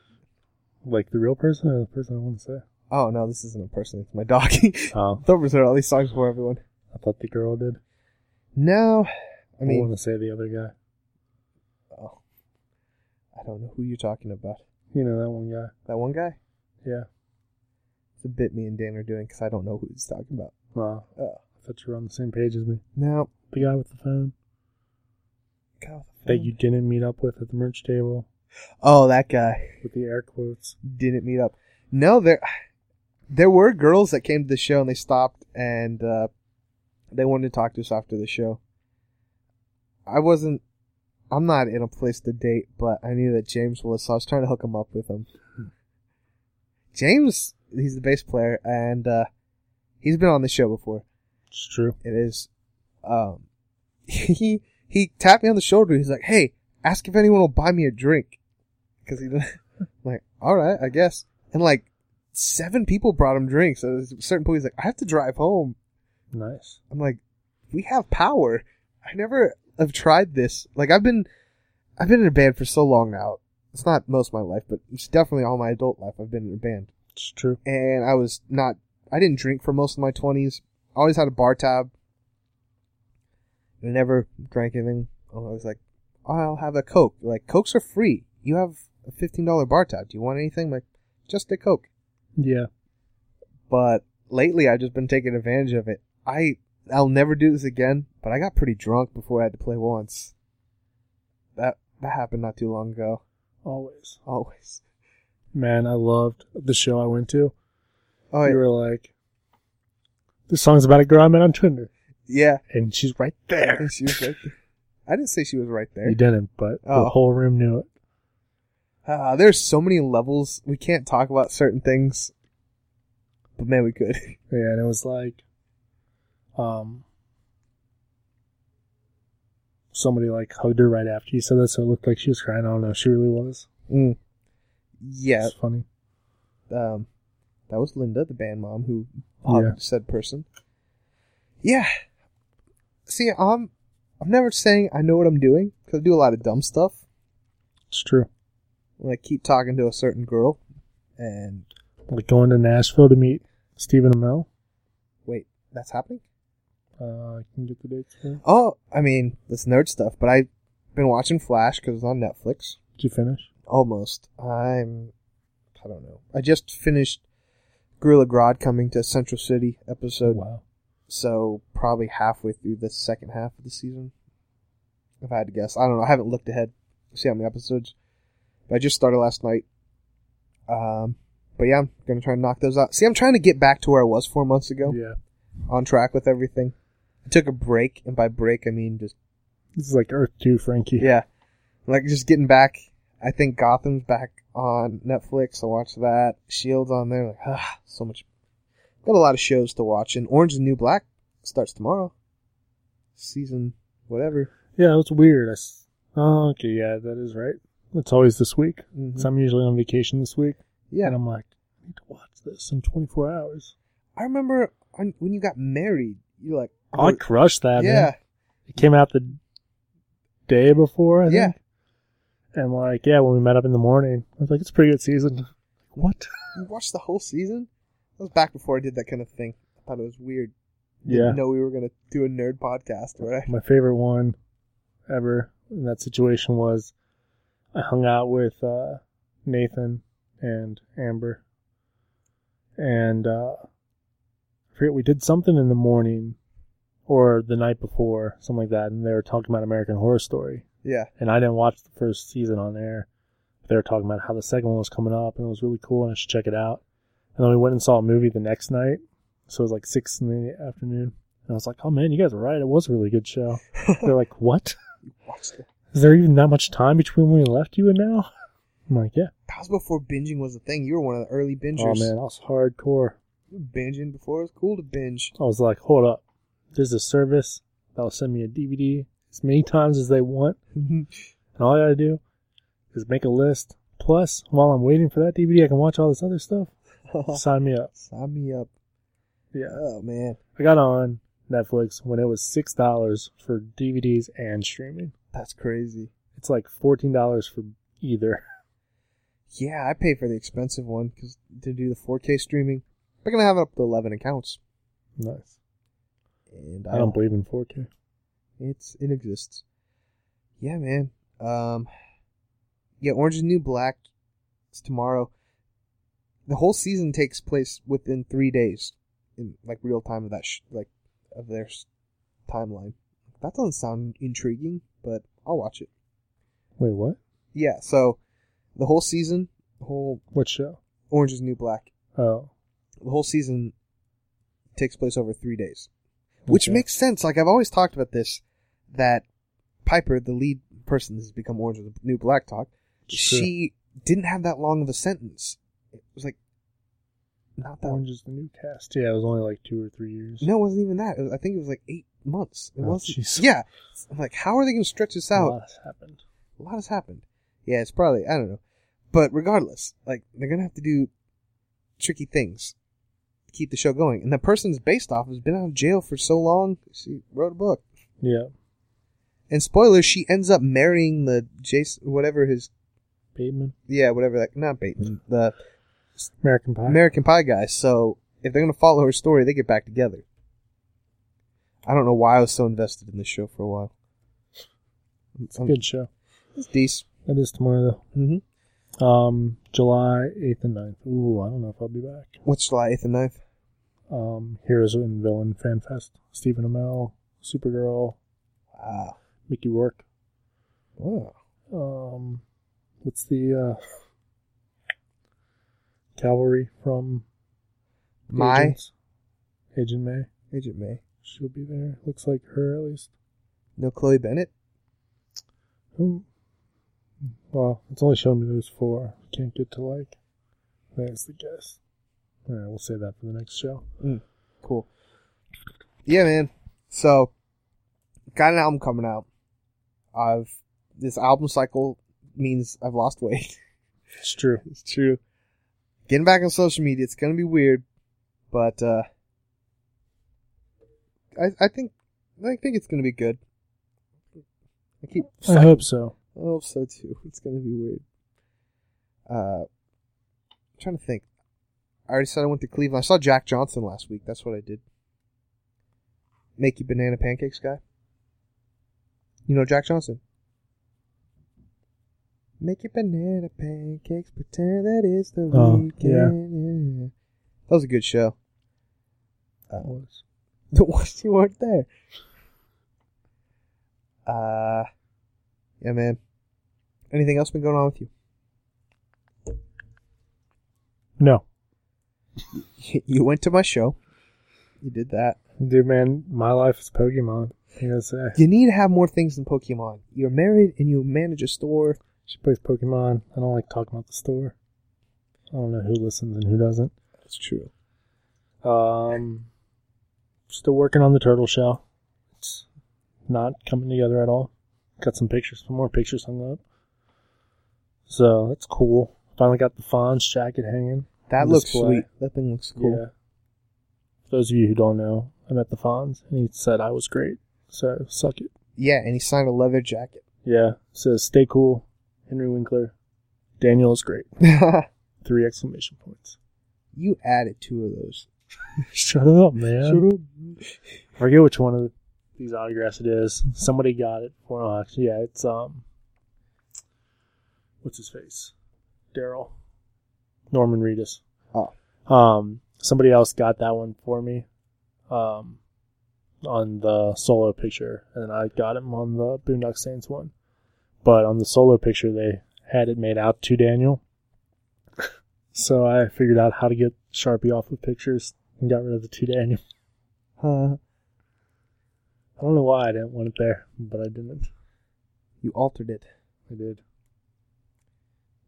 Speaker 1: Like the real person or the person I want to say?
Speaker 2: Oh, no, this isn't a person. It's my dog. Thorbert's
Speaker 1: Oh,
Speaker 2: heard all these songs before everyone.
Speaker 1: I thought the girl did.
Speaker 2: No. I
Speaker 1: I,
Speaker 2: mean,
Speaker 1: want to say the other guy.
Speaker 2: oh, I don't know who you're talking about.
Speaker 1: You know, that one guy.
Speaker 2: That one guy?
Speaker 1: Yeah.
Speaker 2: It's a bit me and Dan are doing because I don't know who he's talking about.
Speaker 1: Wow.
Speaker 2: Oh.
Speaker 1: I thought you were on the same page as me.
Speaker 2: No.
Speaker 1: The guy with the phone
Speaker 2: God, the
Speaker 1: that
Speaker 2: phone.
Speaker 1: you didn't meet up with at the merch table
Speaker 2: Oh, that guy
Speaker 1: with the air quotes.
Speaker 2: didn't meet up. No, there, there were girls that came to the show and they stopped and uh, they wanted to talk to us after the show. I wasn't, I'm not in a place to date, but I knew that James was, so I was trying to hook him up with him. James, he's the bass player, and uh, he's been on the show before.
Speaker 1: It's true.
Speaker 2: It is. Um, he he tapped me on the shoulder. He's like, "Hey, ask if anyone will buy me a drink," because he. didn't- I'm like, all right, I guess. And like, seven people brought him drinks. So there's a certain point, he's like, "I have to drive home."
Speaker 1: Nice.
Speaker 2: I'm like, "We have power." I never have tried this. Like, I've been, I've been in a band for so long now. It's not most of my life, but it's definitely all my adult life. I've been in a band
Speaker 1: It's true.
Speaker 2: and I was not I didn't drink for most of my twenties. I always had a bar tab. I never drank anything. I was like, I'll have a Coke. They're Like Cokes are free. You have a fifteen dollar bar tab. Do you want anything? I'm like, just a Coke.
Speaker 1: Yeah.
Speaker 2: But lately I've just been taking advantage of it. I I'll never do this again, but I got pretty drunk before I had to play once. That that happened not too long ago.
Speaker 1: Always.
Speaker 2: Always.
Speaker 1: Man, I loved the show I went to.
Speaker 2: Oh
Speaker 1: you were like, this song's about a girl I met on Tinder.
Speaker 2: yeah.
Speaker 1: And she's right
Speaker 2: I
Speaker 1: there.
Speaker 2: think she was right there. I didn't say she was right there.
Speaker 1: You didn't, but the
Speaker 2: Oh.
Speaker 1: whole room knew it.
Speaker 2: Uh, there's so many levels. We can't talk about certain things. But man, we could.
Speaker 1: Yeah, and it was like, um, somebody like hugged her right after you said that, so it looked like she was crying. I don't know, she really was.
Speaker 2: Mm. Yeah.
Speaker 1: It's funny.
Speaker 2: Um, that was Linda, the band mom, who hugged
Speaker 1: Yeah.
Speaker 2: said person. Yeah. See, I'm, I'm never saying I know what I'm doing, because I do a lot of dumb stuff.
Speaker 1: It's true.
Speaker 2: Like, keep talking to a certain girl, and
Speaker 1: Like going to Nashville to meet Stephen Amell.
Speaker 2: wait, that's happening?
Speaker 1: Uh, I can get the dates. for you.
Speaker 2: Oh, I mean, that's nerd stuff, but I've been watching Flash, because it's on Netflix.
Speaker 1: Did you finish?
Speaker 2: almost. I'm, I don't know. I just finished Gorilla Grodd coming to Central City episode,
Speaker 1: Oh, wow.
Speaker 2: so probably halfway through the second half of the season. If I had to guess, I don't know. I haven't looked ahead to see how many episodes. But I just started last night. Um, but yeah, I'm gonna try and knock those out. See, I'm trying to get back to where I was four months ago,
Speaker 1: Yeah.
Speaker 2: on track with everything. I took a break, and by break I mean just
Speaker 1: This is like Earth 2, Frankie.
Speaker 2: yeah. Like just getting back. I think Gotham's back on Netflix. I watched that. Shield's E on there. Like, ah, so much. Got a lot of shows to watch. And Orange is the New Black starts tomorrow. Season whatever.
Speaker 1: Yeah, it was weird. I s- oh, okay, yeah, that is right. Mm-hmm. It's always this week.
Speaker 2: Mhm.
Speaker 1: So I'm usually on vacation this week.
Speaker 2: Yeah.
Speaker 1: And I'm like, I need to watch this in 24 hours.
Speaker 2: I remember on, when you got married. You like.
Speaker 1: Oh, I crushed that. man.
Speaker 2: yeah.
Speaker 1: It came out the day before, I
Speaker 2: Yeah.
Speaker 1: think. And like, yeah, when we met up in the morning, I was like, it's a pretty good season. What?
Speaker 2: You watched the whole season. That was back before I did that kind of thing. I thought it was weird.
Speaker 1: Yeah.
Speaker 2: Didn't know we were gonna do a nerd podcast, right?
Speaker 1: My favorite one ever in that situation was I hung out with uh, Nathan and Amber. And uh, I forget, we did something in the morning or the night before, something like that. And they were talking about American Horror Story.
Speaker 2: Yeah.
Speaker 1: and I didn't watch the first season on there. They were talking about how the second one was coming up, and it was really cool, and I should check it out. And then we went and saw a movie the next night, so it was like six in the afternoon. And I was like, "Oh man, you guys are right. It was a really good show." They're like, "What?
Speaker 2: Watched it.
Speaker 1: Is there even that much time between when we left you and now?" I'm like, "Yeah."
Speaker 2: That was before binging was a thing. You were one of the early bingers.
Speaker 1: Oh man, I was hardcore.
Speaker 2: binging before it was cool to binge.
Speaker 1: I was like, "Hold up, there's a service that'll send me a DVD as many times as they want. And all I gotta do is make a list. Plus, while I'm waiting for that DVD, I can watch all this other stuff. Sign me up.
Speaker 2: Sign me up.
Speaker 1: Yeah.
Speaker 2: Oh man,
Speaker 1: I got on Netflix when it was $6 for DVDs and streaming.
Speaker 2: that's crazy.
Speaker 1: It's like $14 for either.
Speaker 2: Yeah, I pay for the expensive one because to do the 4K streaming, they're gonna have it up to 11 accounts,
Speaker 1: Nice.
Speaker 2: and
Speaker 1: I don't believe in 4K.
Speaker 2: It's it exists. Yeah, man. Um, yeah, Orange is the New Black. It's tomorrow. The whole season takes place within three days, in like real time of that sh- like of their s- timeline. That doesn't sound intriguing, but I'll watch it.
Speaker 1: Wait, what?
Speaker 2: Yeah, so the whole season, the whole
Speaker 1: What show?
Speaker 2: Orange is the New Black,
Speaker 1: Oh.
Speaker 2: the whole season takes place over three days. Which
Speaker 1: okay.
Speaker 2: makes sense. Like I've always talked about this, that Piper, the lead person, this has become Orange is the New Black talk.
Speaker 1: Sure.
Speaker 2: She didn't have that long of a sentence. It was like not that.
Speaker 1: Orange is the new cast. Yeah, it was only like two or three years.
Speaker 2: No, it wasn't even that. It was, I think it was like eight months. It
Speaker 1: Oh,
Speaker 2: wasn't.
Speaker 1: jeez.
Speaker 2: Yeah, I'm like, how are they going to stretch this
Speaker 1: a
Speaker 2: out?
Speaker 1: lot has happened.
Speaker 2: A lot has happened. Yeah, it's probably I don't know, but regardless, like they're going to have to do tricky things to keep the show going. And the person it's based off has been out of jail for so long. She wrote a book.
Speaker 1: Yeah,
Speaker 2: And spoiler, she ends up marrying the Jason, whatever his,
Speaker 1: Bateman,
Speaker 2: yeah, whatever that, not Bateman, the
Speaker 1: American Pie.
Speaker 2: American Pie guy. So if they're gonna follow her story, they get back together. I don't know why I was so invested in this show for a while.
Speaker 1: it's a good show.
Speaker 2: It's decent.
Speaker 1: That is tomorrow
Speaker 2: Mm-hmm.
Speaker 1: though. Um, July eighth and 9th. Ooh, I don't know if I'll be back.
Speaker 2: What's July eighth and 9th?
Speaker 1: Um, Heroes and Villain Fan Fest. Stephen Amell, Supergirl,
Speaker 2: Wow.
Speaker 1: Mickey Rourke.
Speaker 2: Ah, Wow.
Speaker 1: Um, what's the uh, Cavalry from
Speaker 2: My
Speaker 1: Agents? Agent May.
Speaker 2: Agent May.
Speaker 1: She'll be there. Looks like her at least.
Speaker 2: No Chloe Bennett.
Speaker 1: Who? Well, it's only showing me those four. Can't get to like. That's the guess. All right, we'll save that for the next show.
Speaker 2: Cool. Yeah, man. So, got an album coming out. I've this album cycle means I've lost weight.
Speaker 1: It's true.
Speaker 2: It's true. Getting back on social media, it's gonna be weird, but uh, I I think I think it's gonna be good. I keep
Speaker 1: I hope so.
Speaker 2: I hope Oh, so too. It's gonna be weird. Uh, I'm trying to think. I already said I went to Cleveland. I saw Jack Johnson last week. That's what I did. Make you banana pancakes guy. You know Jack Johnson. Make you banana pancakes. Pretend that it's the
Speaker 1: Oh,
Speaker 2: weekend. Yeah. That was a good show.
Speaker 1: That was.
Speaker 2: What you weren't there. Uh, yeah, man. Anything else been going on with you?
Speaker 1: No,
Speaker 2: you went to my show. You did that.
Speaker 1: dude, man, my life is Pokemon. I gotta say,
Speaker 2: You need to have more things than Pokemon. You're married and you manage a store.
Speaker 1: she plays Pokemon. I don't like talking about the store. I don't know who listens and who doesn't.
Speaker 2: That's true.
Speaker 1: Um, still working on the turtle shell. It's not coming together at all. Got some pictures, some more pictures hung up. So that's cool. Finally got the Fonz jacket hanging.
Speaker 2: That
Speaker 1: On
Speaker 2: looks
Speaker 1: display.
Speaker 2: sweet. That thing looks cool.
Speaker 1: Yeah. For those of you who don't know, I met the Fonz and he said I was great. So suck it.
Speaker 2: Yeah. and he signed a leather jacket.
Speaker 1: Yeah. Says stay cool, Henry Winkler. Daniel is great. Three exclamation points.
Speaker 2: you added two of those.
Speaker 1: Shut up, man.
Speaker 2: up.
Speaker 1: I forget which one of these autographs it is. Somebody got it for oh, actually, yeah, it's um what's his face? Daryl. Norman Reedus.
Speaker 2: Oh.
Speaker 1: Um somebody else got that one for me. Um on the solo picture, and then I got him on the Boondock Saints one. But on the solo picture they had it made out to Daniel. so I figured out how to get Sharpie off of pictures and got rid of the two Daniel.
Speaker 2: Huh.
Speaker 1: I don't know why I didn't want it there, but I didn't.
Speaker 2: You altered it.
Speaker 1: I did.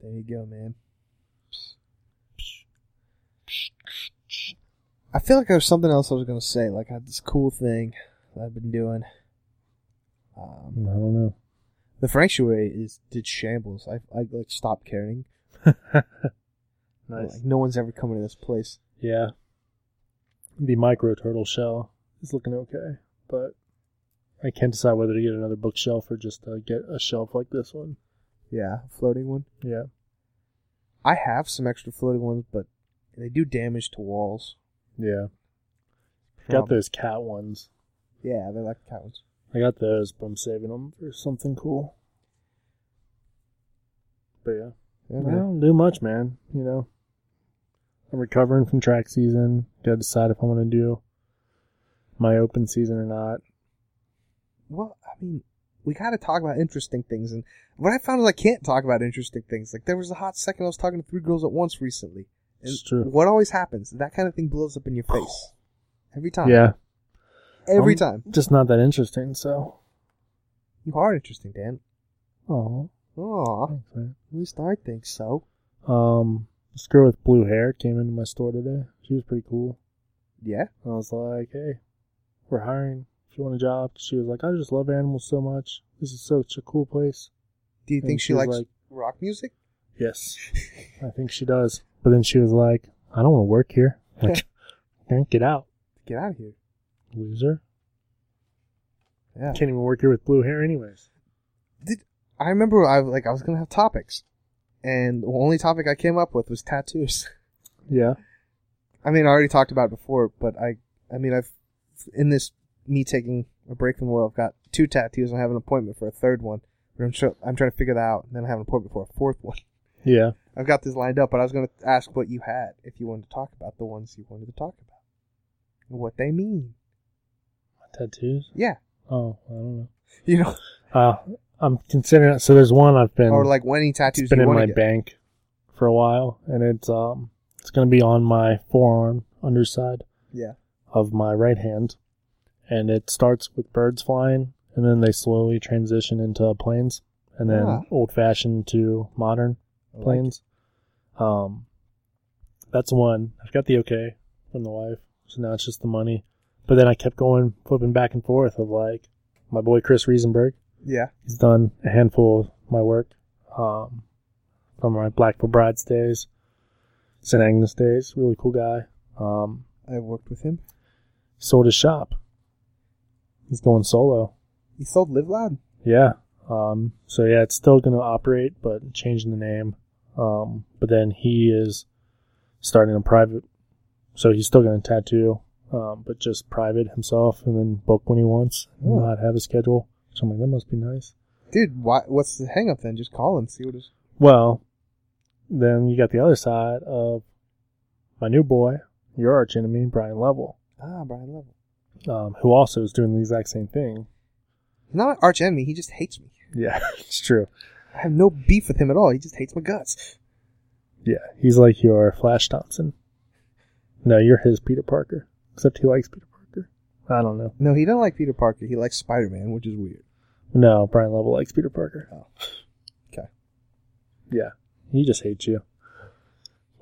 Speaker 2: There you go, man. I feel like there was something else I was gonna say. Like I had this cool thing that I've been doing.
Speaker 1: I
Speaker 2: Um,
Speaker 1: don't know.
Speaker 2: the sanctuary is did shambles. I I like stopped caring.
Speaker 1: Nice.
Speaker 2: Like no one's ever coming to this place.
Speaker 1: Yeah. The micro turtle shell is looking okay, but I can't decide whether to get another bookshelf or just uh, get a shelf like this one.
Speaker 2: Yeah, floating one.
Speaker 1: Yeah.
Speaker 2: I have some extra floating ones, but they do damage to walls.
Speaker 1: Yeah.
Speaker 2: Prob-
Speaker 1: Got those cat ones.
Speaker 2: Yeah, they like cat ones.
Speaker 1: I got those, but I'm saving them for something cool. But yeah.
Speaker 2: Yeah,
Speaker 1: I
Speaker 2: man.
Speaker 1: don't do much, man. You know, I'm recovering from track season. Got to decide if I want to do my open season or not.
Speaker 2: Well, I mean, we got to talk about interesting things, and what I found is I can't talk about interesting things. Like there was a hot second I was talking to three girls at once recently. And
Speaker 1: It's true.
Speaker 2: What always happens? That kind of thing blows up in your face every time.
Speaker 1: Yeah, Um,
Speaker 2: every
Speaker 1: I'm
Speaker 2: time.
Speaker 1: Just not that interesting. So,
Speaker 2: You are interesting, Dan.
Speaker 1: oh,
Speaker 2: Oh,
Speaker 1: thanks, man.
Speaker 2: at least I think so.
Speaker 1: Um, this girl with blue hair came into my store today. She was pretty cool.
Speaker 2: Yeah.
Speaker 1: I was like, hey, we're hiring. If you want a job, she was like, I just love animals so much. This is such a cool place.
Speaker 2: Do you
Speaker 1: And
Speaker 2: think she
Speaker 1: she's
Speaker 2: likes
Speaker 1: like-
Speaker 2: rock music?
Speaker 1: Yes, I think she does. But then she was like, I don't want to work here. Like, man, get out,
Speaker 2: Get out of here.
Speaker 1: loser.
Speaker 2: Yeah.
Speaker 1: Can't even work here with blue hair, anyways.
Speaker 2: Did I remember? I like I was gonna have topics, and the only topic I came up with was tattoos.
Speaker 1: Yeah.
Speaker 2: I mean, I already talked about it before, but I, I mean, I've in this me taking a break from the world, I've got two tattoos, and I have an appointment for a third one. But I'm sure I'm trying to figure that out, and then I have an appointment for a fourth one.
Speaker 1: Yeah.
Speaker 2: I've got this lined up, but I was going to ask what you had if you wanted to talk about the ones you wanted to talk about, and what they mean.
Speaker 1: Tattoos?
Speaker 2: Yeah,
Speaker 1: Oh, I don't know.
Speaker 2: you know,
Speaker 1: Uh, I'm considering So there's one I've been,
Speaker 2: or like when any tattoos
Speaker 1: it's been
Speaker 2: you
Speaker 1: in
Speaker 2: want
Speaker 1: my
Speaker 2: to get.
Speaker 1: bank for a while, and it's um, it's gonna be on my forearm underside
Speaker 2: Yeah,
Speaker 1: of my right hand, and it starts with birds flying, and then they slowly transition into planes, and then
Speaker 2: Ah.
Speaker 1: old fashioned to modern.
Speaker 2: I like it.
Speaker 1: planes. Um, that's one. I've got the okay from the wife, so now it's just the money. But then I kept going, flipping back and forth of like my boy Chris Riesenberg.
Speaker 2: Yeah,
Speaker 1: He's done a handful of my work um, from my Blackfoot Brides days, St. Agnes days. Really cool guy. Um,
Speaker 2: I worked with him.
Speaker 1: sold his shop. He's going solo.
Speaker 2: He sold Live Loud.
Speaker 1: Yeah. Um, so yeah, it's still going to operate, but changing the name. Um, but then he is starting a private, so he's still going to tattoo, um, but just private himself and then book when he wants, and
Speaker 2: Oh.
Speaker 1: not have a schedule. So I'm like, that must be nice.
Speaker 2: Dude, why, what's the hang up then? Just call him, see what his.
Speaker 1: Well, then you got the other side of my new boy, your arch enemy, Brian Level,
Speaker 2: Ah, Brian Level.
Speaker 1: um, who also is doing the exact same thing.
Speaker 2: He's not my arch enemy. He just hates me.
Speaker 1: Yeah, it's true.
Speaker 2: I have no beef with him at all. He just hates my guts.
Speaker 1: Yeah, he's like your Flash Thompson. No, you're his Peter Parker. Except he likes Peter Parker. I don't know.
Speaker 2: No, he doesn't like Peter Parker. He likes Spider Man, which is weird.
Speaker 1: No, Brian Level likes Peter Parker.
Speaker 2: Oh. Okay.
Speaker 1: Yeah, he just hates you.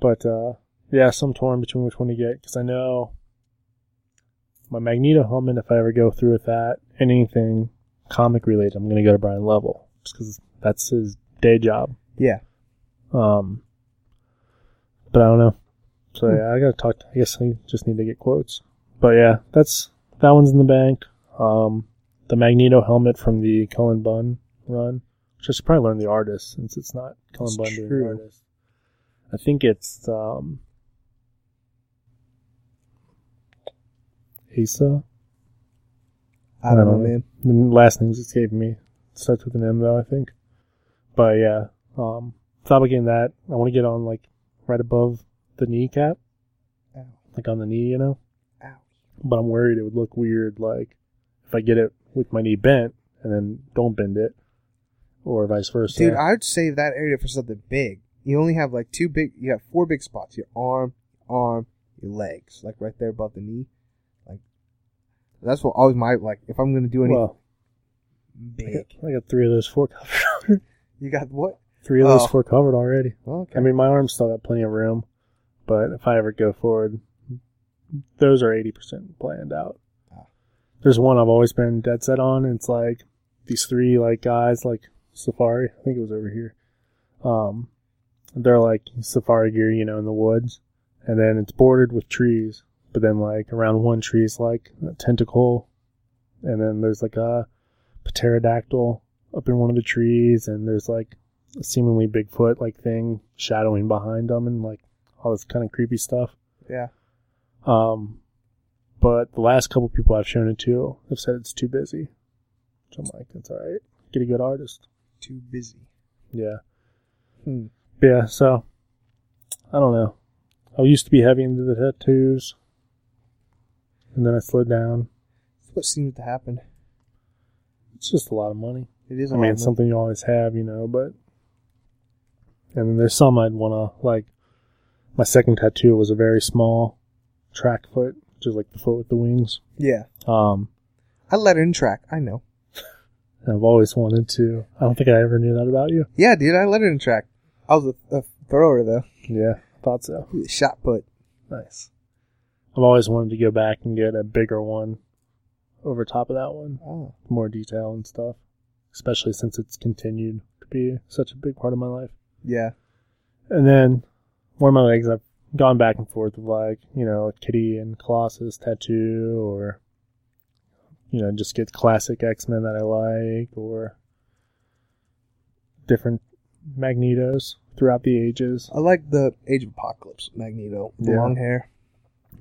Speaker 1: But uh, yeah, so I'm torn between which one to get because I know my Magneto helmet. If I ever go through with that, and anything comic related, I'm gonna go to Brian Level just because that's his day job.
Speaker 2: Yeah.
Speaker 1: Um, but I don't know. So yeah, I gotta talk. To, I guess I just need to get quotes. But yeah, that's that one's in the bank. Um, the Magneto helmet from the Cullen Bunn run, which I should probably learn the artist since it's not Cullen
Speaker 2: That's
Speaker 1: Bunn doing the
Speaker 2: true.
Speaker 1: artist. I think it's um, Asa.
Speaker 2: I don't know, man.
Speaker 1: The last name's escaping me. Starts with an M though, I think. But yeah, um, thought about getting that. I want to get on like right above the kneecap,
Speaker 2: Ow.
Speaker 1: like on the knee, you know.
Speaker 2: Ow.
Speaker 1: But I'm worried it would look weird, like if I get it with my knee bent and then don't bend it, or vice versa.
Speaker 2: Dude, I would save that area for something big. You only have like two big, you have four big spots your arm, arm, your legs, like right there above the knee. Like, that's what always my, like, if I'm going to do anything
Speaker 1: well, I
Speaker 2: big.
Speaker 1: got, I got three of those four covered.
Speaker 2: You got what?
Speaker 1: three of
Speaker 2: Oh.
Speaker 1: those four covered already.
Speaker 2: Okay.
Speaker 1: I mean, my arm's still got plenty of room, but if I ever go forward, those are 80% planned out.
Speaker 2: Ah.
Speaker 1: There's one I've always been dead set on, and it's like these three like guys like safari i think it was over here um they're like safari gear you know in the woods and then it's bordered with trees but then like around one tree is like a tentacle and then there's like a pterodactyl up in one of the trees and there's like a seemingly bigfoot like thing shadowing behind them and like all this kind of creepy stuff
Speaker 2: Yeah.
Speaker 1: um, but the last couple people I've shown it to have said it's too busy. So I'm like, that's all right. Get a good artist.
Speaker 2: Too busy.
Speaker 1: Yeah.
Speaker 2: Hmm.
Speaker 1: Yeah, so I don't know. I used to be heavy into the tattoos. And then I slowed down.
Speaker 2: That's what seems to happen.
Speaker 1: It's just a lot of money.
Speaker 2: It is.
Speaker 1: I mean, it's something you always have, you know, but. And then there's some I'd want to, like, my second tattoo was a very small track foot, just like the foot with the wings.
Speaker 2: Yeah.
Speaker 1: Um,
Speaker 2: I let her in track. I know.
Speaker 1: And I've always wanted to. I don't think I ever knew that about you.
Speaker 2: Yeah, dude. I let her in track. I was a, a thrower though.
Speaker 1: Yeah, thought so.
Speaker 2: Ooh, Shot put.
Speaker 1: Nice. I've always wanted to go back and get a bigger one over top of that one,
Speaker 2: Oh.
Speaker 1: more detail and stuff, especially since it's continued to be such a big part of my life.
Speaker 2: Yeah.
Speaker 1: And then one of my legs, I've gone back and forth with like, you know, a kitty and Colossus tattoo or, you know, just get classic X Men that I like or different Magnetos throughout the ages.
Speaker 2: I like the Age of Apocalypse Magneto. The
Speaker 1: Yeah.
Speaker 2: long hair.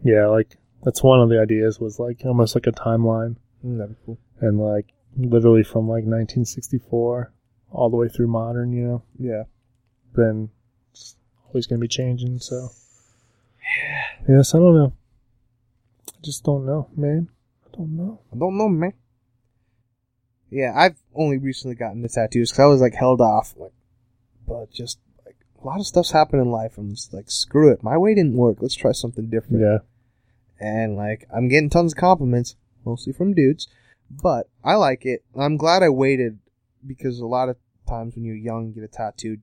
Speaker 1: Yeah, like that's one of the ideas was like almost like a timeline
Speaker 2: Mm, that'd be cool.
Speaker 1: and like literally from like 1964 all the way through modern, you know,
Speaker 2: Yeah.
Speaker 1: then it's always going to be changing. So, yes, I don't know. I just don't know, man. I don't know.
Speaker 2: I don't know, man. Yeah, I've only recently gotten the tattoos because I was like held off, like, but just like a lot of stuff's happened in life. I'm just like, screw it, my way didn't work. Let's try something different.
Speaker 1: Yeah,
Speaker 2: And like, I'm getting tons of compliments, mostly from dudes, but I like it. I'm glad I waited because a lot of times when you're young, you get a tattoo,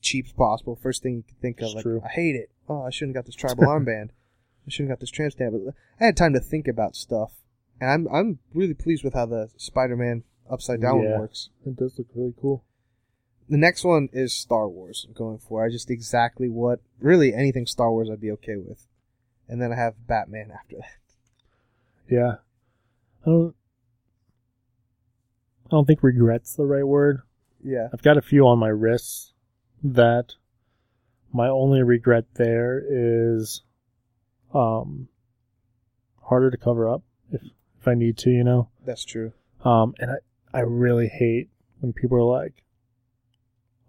Speaker 2: cheap as possible. First thing you can think of,
Speaker 1: It's
Speaker 2: like,
Speaker 1: true.
Speaker 2: I hate it. Oh, I shouldn't got this tribal armband. I shouldn't got this tramp stamp. But I had time to think about stuff, and I'm I'm really pleased with how the Spider-Man upside down
Speaker 1: Yeah.
Speaker 2: one works.
Speaker 1: it does look really cool.
Speaker 2: The next one is Star Wars. I'm going for. I just exactly what really anything Star Wars I'd be okay with, and then I have Batman after that.
Speaker 1: Yeah, I don't. I don't think regrets the right word.
Speaker 2: Yeah.
Speaker 1: I've got a few on my wrists that my only regret there is um harder to cover up if if I need to, you know.
Speaker 2: That's true.
Speaker 1: Um, and I, I really hate when people are like,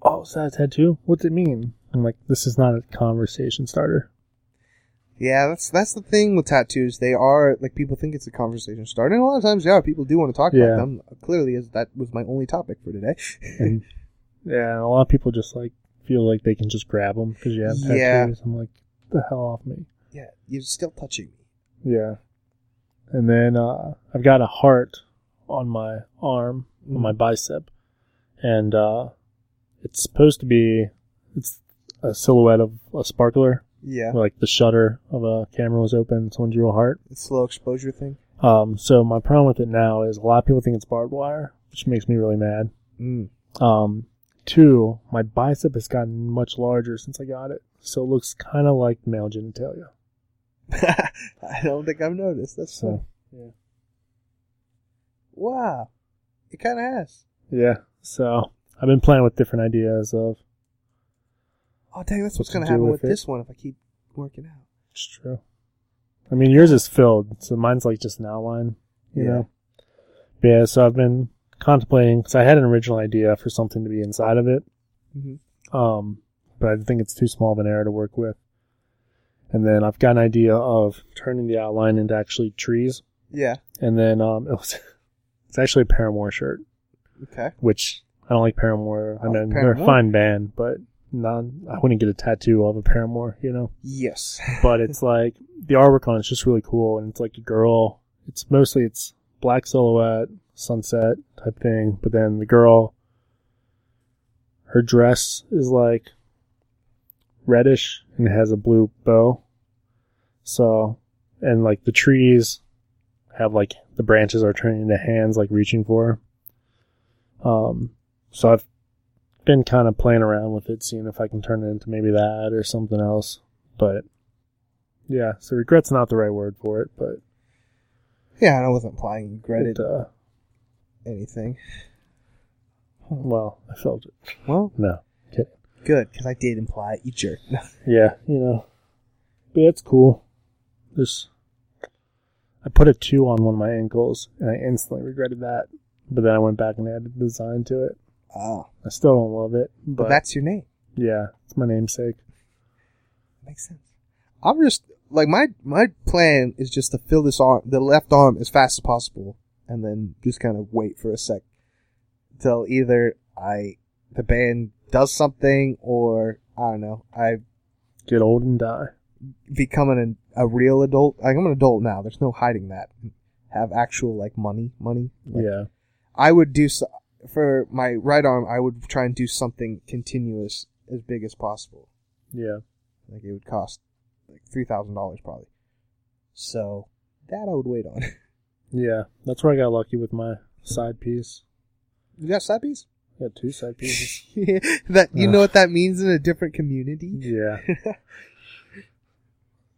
Speaker 1: "Oh, is that a tattoo? What's it mean?" I'm like, "This is not a conversation starter."
Speaker 2: Yeah, that's that's the thing with tattoos. They are like people think it's a conversation starter, and a lot of times, yeah, people do want to talk
Speaker 1: Yeah.
Speaker 2: about them. Clearly, as that was my only topic for today.
Speaker 1: And yeah, and a lot of people just like feel like they can just grab them because you have tattoos.
Speaker 2: Yeah.
Speaker 1: I'm like, "The hell off me!"
Speaker 2: yeah, you're still touching me.
Speaker 1: Yeah. And then uh, I've got a heart on my arm, on my bicep, and uh, it's supposed to be it's a silhouette of a sparkler,
Speaker 2: Yeah,
Speaker 1: like the shutter of a camera was open, someone drew a heart.
Speaker 2: it's slow exposure thing.
Speaker 1: Um, so my problem with it now is a lot of people think it's barbed wire, which makes me really mad.
Speaker 2: Mm.
Speaker 1: Um, two, my bicep has gotten much larger since I got it, so it looks kind of like male genitalia.
Speaker 2: I don't think I've noticed. That's funny.
Speaker 1: So
Speaker 2: wow. It kind of has.
Speaker 1: yeah, so I've been playing with different ideas of
Speaker 2: Oh dang, that's
Speaker 1: What
Speaker 2: what's
Speaker 1: to
Speaker 2: gonna
Speaker 1: do
Speaker 2: happen
Speaker 1: with
Speaker 2: with
Speaker 1: it?
Speaker 2: this one if I keep working out.
Speaker 1: It's true. I mean, yours is filled, so mine's like just an outline, you
Speaker 2: Yeah.
Speaker 1: know. But yeah, so I've been contemplating because I had an original idea for something to be inside of it,
Speaker 2: Mhm.
Speaker 1: um, but I think it's too small of an area to work with. And then I've got an idea of turning the outline into actually trees,
Speaker 2: Yeah.
Speaker 1: and then um, it was it's actually a Paramore shirt,
Speaker 2: Okay.
Speaker 1: which I don't like Paramore. I
Speaker 2: Oh,
Speaker 1: mean, they're a
Speaker 2: Paramore?
Speaker 1: fine band, but not I wouldn't get a tattoo of a Paramore, you know
Speaker 2: Yes.
Speaker 1: but it's like the artwork on it's just really cool and it's like a girl it's mostly it's black silhouette sunset type thing but then the girl her dress is like reddish and has a blue bow so and like the trees have like the branches are turning into hands like reaching for her Um, so I've been kind of playing around with it, seeing if I can turn it into maybe that or something else. But yeah, so regret's not the right word for it, but
Speaker 2: Yeah, and I wasn't applying regretted
Speaker 1: it, uh,
Speaker 2: anything.
Speaker 1: well, I felt it.
Speaker 2: Well,
Speaker 1: No, kidding.
Speaker 2: good because I did imply it, you jerk.
Speaker 1: Yeah, you know, but yeah, it's cool. This, I put a two on one of my ankles, and I instantly regretted that. But then I went back and added design to it.
Speaker 2: oh,
Speaker 1: I still don't love it,
Speaker 2: but,
Speaker 1: but
Speaker 2: that's your name.
Speaker 1: yeah, it's my namesake.
Speaker 2: Makes sense. I'm just like my my plan is just to fill this arm, the left arm, as fast as possible, and then just kind of wait for a sec till either I the band does something or I don't know I
Speaker 1: Get old and die.
Speaker 2: become an, a real adult. Like I'm an adult now. There's no hiding that. Have actual like money, money. Like,
Speaker 1: yeah,
Speaker 2: I would do so, for my right arm. I would try and do something continuous as big as possible.
Speaker 1: yeah,
Speaker 2: Like it would cost like three thousand dollars probably. So that I would wait on.
Speaker 1: yeah. That's where I got lucky with my side piece.
Speaker 2: you got side piece?
Speaker 1: I got two side pieces.
Speaker 2: that you know what that means in a different community?
Speaker 1: yeah,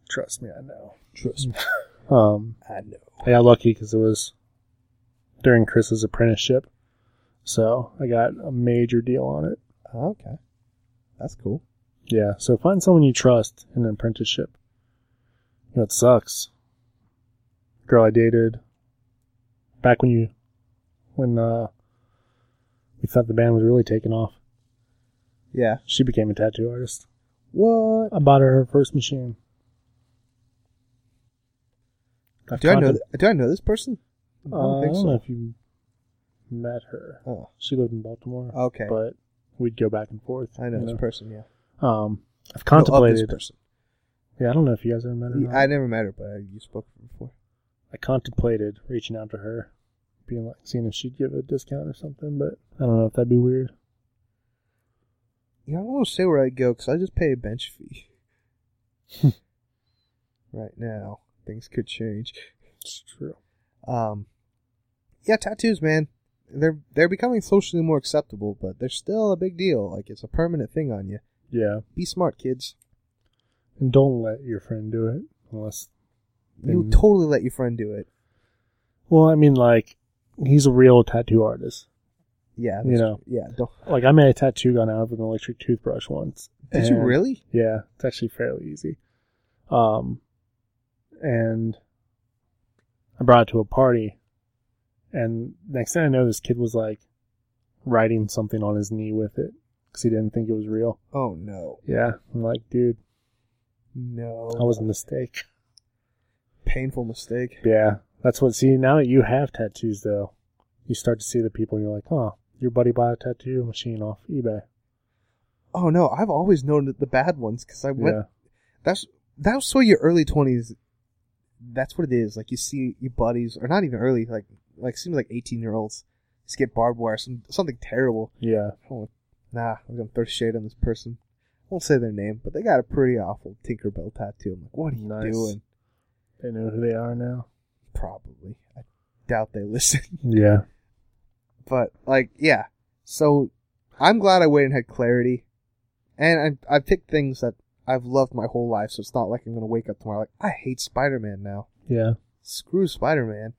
Speaker 1: trust me, I know.
Speaker 2: Trust me,
Speaker 1: Um,
Speaker 2: I know.
Speaker 1: I got lucky because it was during Chris's apprenticeship, so I got a major deal on it.
Speaker 2: Okay, that's cool.
Speaker 1: Yeah, so find someone you trust in an apprenticeship. You know, it sucks. Girl I dated back when you, when uh, we thought the band was really taking off.
Speaker 2: Yeah.
Speaker 1: She became a tattoo artist.
Speaker 2: What?
Speaker 1: I bought her her first machine. I've
Speaker 2: Do I know?
Speaker 1: contacted-
Speaker 2: Th- do I know this person? I
Speaker 1: Uh,
Speaker 2: don't think so.
Speaker 1: know if you met her.
Speaker 2: Oh,
Speaker 1: She lived in Baltimore,
Speaker 2: okay.
Speaker 1: but we'd go back and forth.
Speaker 2: I know
Speaker 1: you
Speaker 2: this person. Yeah.
Speaker 1: Um, I've
Speaker 2: I know of this
Speaker 1: contemplated.
Speaker 2: person.
Speaker 1: yeah, I don't know if you guys ever met her. or not.
Speaker 2: I never met her, but I- you spoke to her before.
Speaker 1: I contemplated reaching out to her, being like, seeing if she'd give a discount or something, but I don't know if that'd be weird.
Speaker 2: Yeah, I don't want to say where I go because I just pay a bench fee. right now, things could change.
Speaker 1: It's true.
Speaker 2: Um, yeah, tattoos, man. They're they're becoming socially more acceptable, but they're still a big deal. Like it's a permanent thing on you.
Speaker 1: Yeah,
Speaker 2: Be smart, kids.
Speaker 1: and don't let your friend do it unless.
Speaker 2: You
Speaker 1: Mm.
Speaker 2: totally let your friend do it.
Speaker 1: Well, I mean, like, he's a real tattoo artist.
Speaker 2: Yeah,
Speaker 1: You
Speaker 2: that's-
Speaker 1: know.
Speaker 2: Yeah. Don't,
Speaker 1: Like, I made a tattoo gun out of an electric toothbrush once.
Speaker 2: did you
Speaker 1: and-
Speaker 2: really?
Speaker 1: Yeah, it's actually fairly easy. Um, and I brought it to a party, and next thing I know, this kid was like writing something on his knee with it because he didn't think it was real.
Speaker 2: Oh no,
Speaker 1: Yeah, I'm like, dude,
Speaker 2: no.
Speaker 1: that was a mistake.
Speaker 2: painful mistake.
Speaker 1: Yeah, that's what. See, now that you have tattoos, though, you start to see the people, and you're like, oh, your buddy bought a tattoo machine off eBay.
Speaker 2: Oh no, I've always known that the bad ones because I went
Speaker 1: Yeah,
Speaker 2: That's that's so your early twenties. That's what it is. Like you see your buddies, or not even early, like like seems like eighteen year olds just get barbed wire, some, something terrible.
Speaker 1: yeah,
Speaker 2: I don't want- Nah, I'm gonna throw shade on this person. I won't say their name, but they got a pretty awful Tinkerbell tattoo. I'm like, what are you
Speaker 1: Nice.
Speaker 2: doing?
Speaker 1: they know who they are now.
Speaker 2: Probably. I doubt they listen.
Speaker 1: Yeah,
Speaker 2: but like, yeah. So I'm glad I waited and had clarity, and I I picked things that I've loved my whole life. So it's not like I'm gonna wake up tomorrow like I hate Spider-Man now.
Speaker 1: yeah,
Speaker 2: screw Spider Man.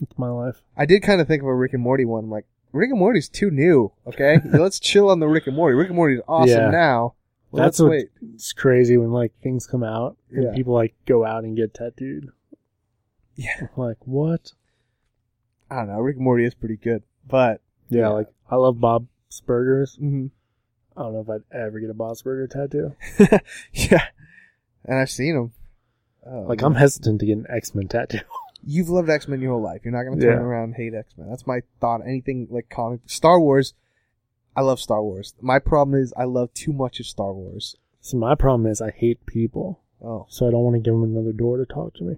Speaker 1: it's my life.
Speaker 2: I did kind of think of a Rick and Morty one. I'm like, Rick and Morty's too new. Okay, let's chill on the Rick and Morty. Rick and Morty's awesome
Speaker 1: Yeah.
Speaker 2: now. Well,
Speaker 1: That's
Speaker 2: let's
Speaker 1: what-
Speaker 2: wait.
Speaker 1: it's crazy when like things come out and
Speaker 2: Yeah.
Speaker 1: people like go out and get tattooed.
Speaker 2: Yeah,
Speaker 1: Like what?
Speaker 2: I don't know. Rick and Morty is pretty good, but
Speaker 1: Yeah,
Speaker 2: Yeah.
Speaker 1: like I love Bob's Burgers.
Speaker 2: mhm.
Speaker 1: I don't know if I'd ever get a Bob's Burger tattoo.
Speaker 2: yeah, and I've seen them. Oh,
Speaker 1: Like
Speaker 2: man.
Speaker 1: I'm hesitant to get an X Men tattoo.
Speaker 2: You've loved X Men your whole life. You're not gonna turn
Speaker 1: Yeah.
Speaker 2: around and hate X Men. That's my thought. Anything like comic Star Wars. I love Star Wars. My problem is I love too much of Star Wars.
Speaker 1: so my problem is I hate people,
Speaker 2: Oh,
Speaker 1: so I don't want to give them another door to talk to me.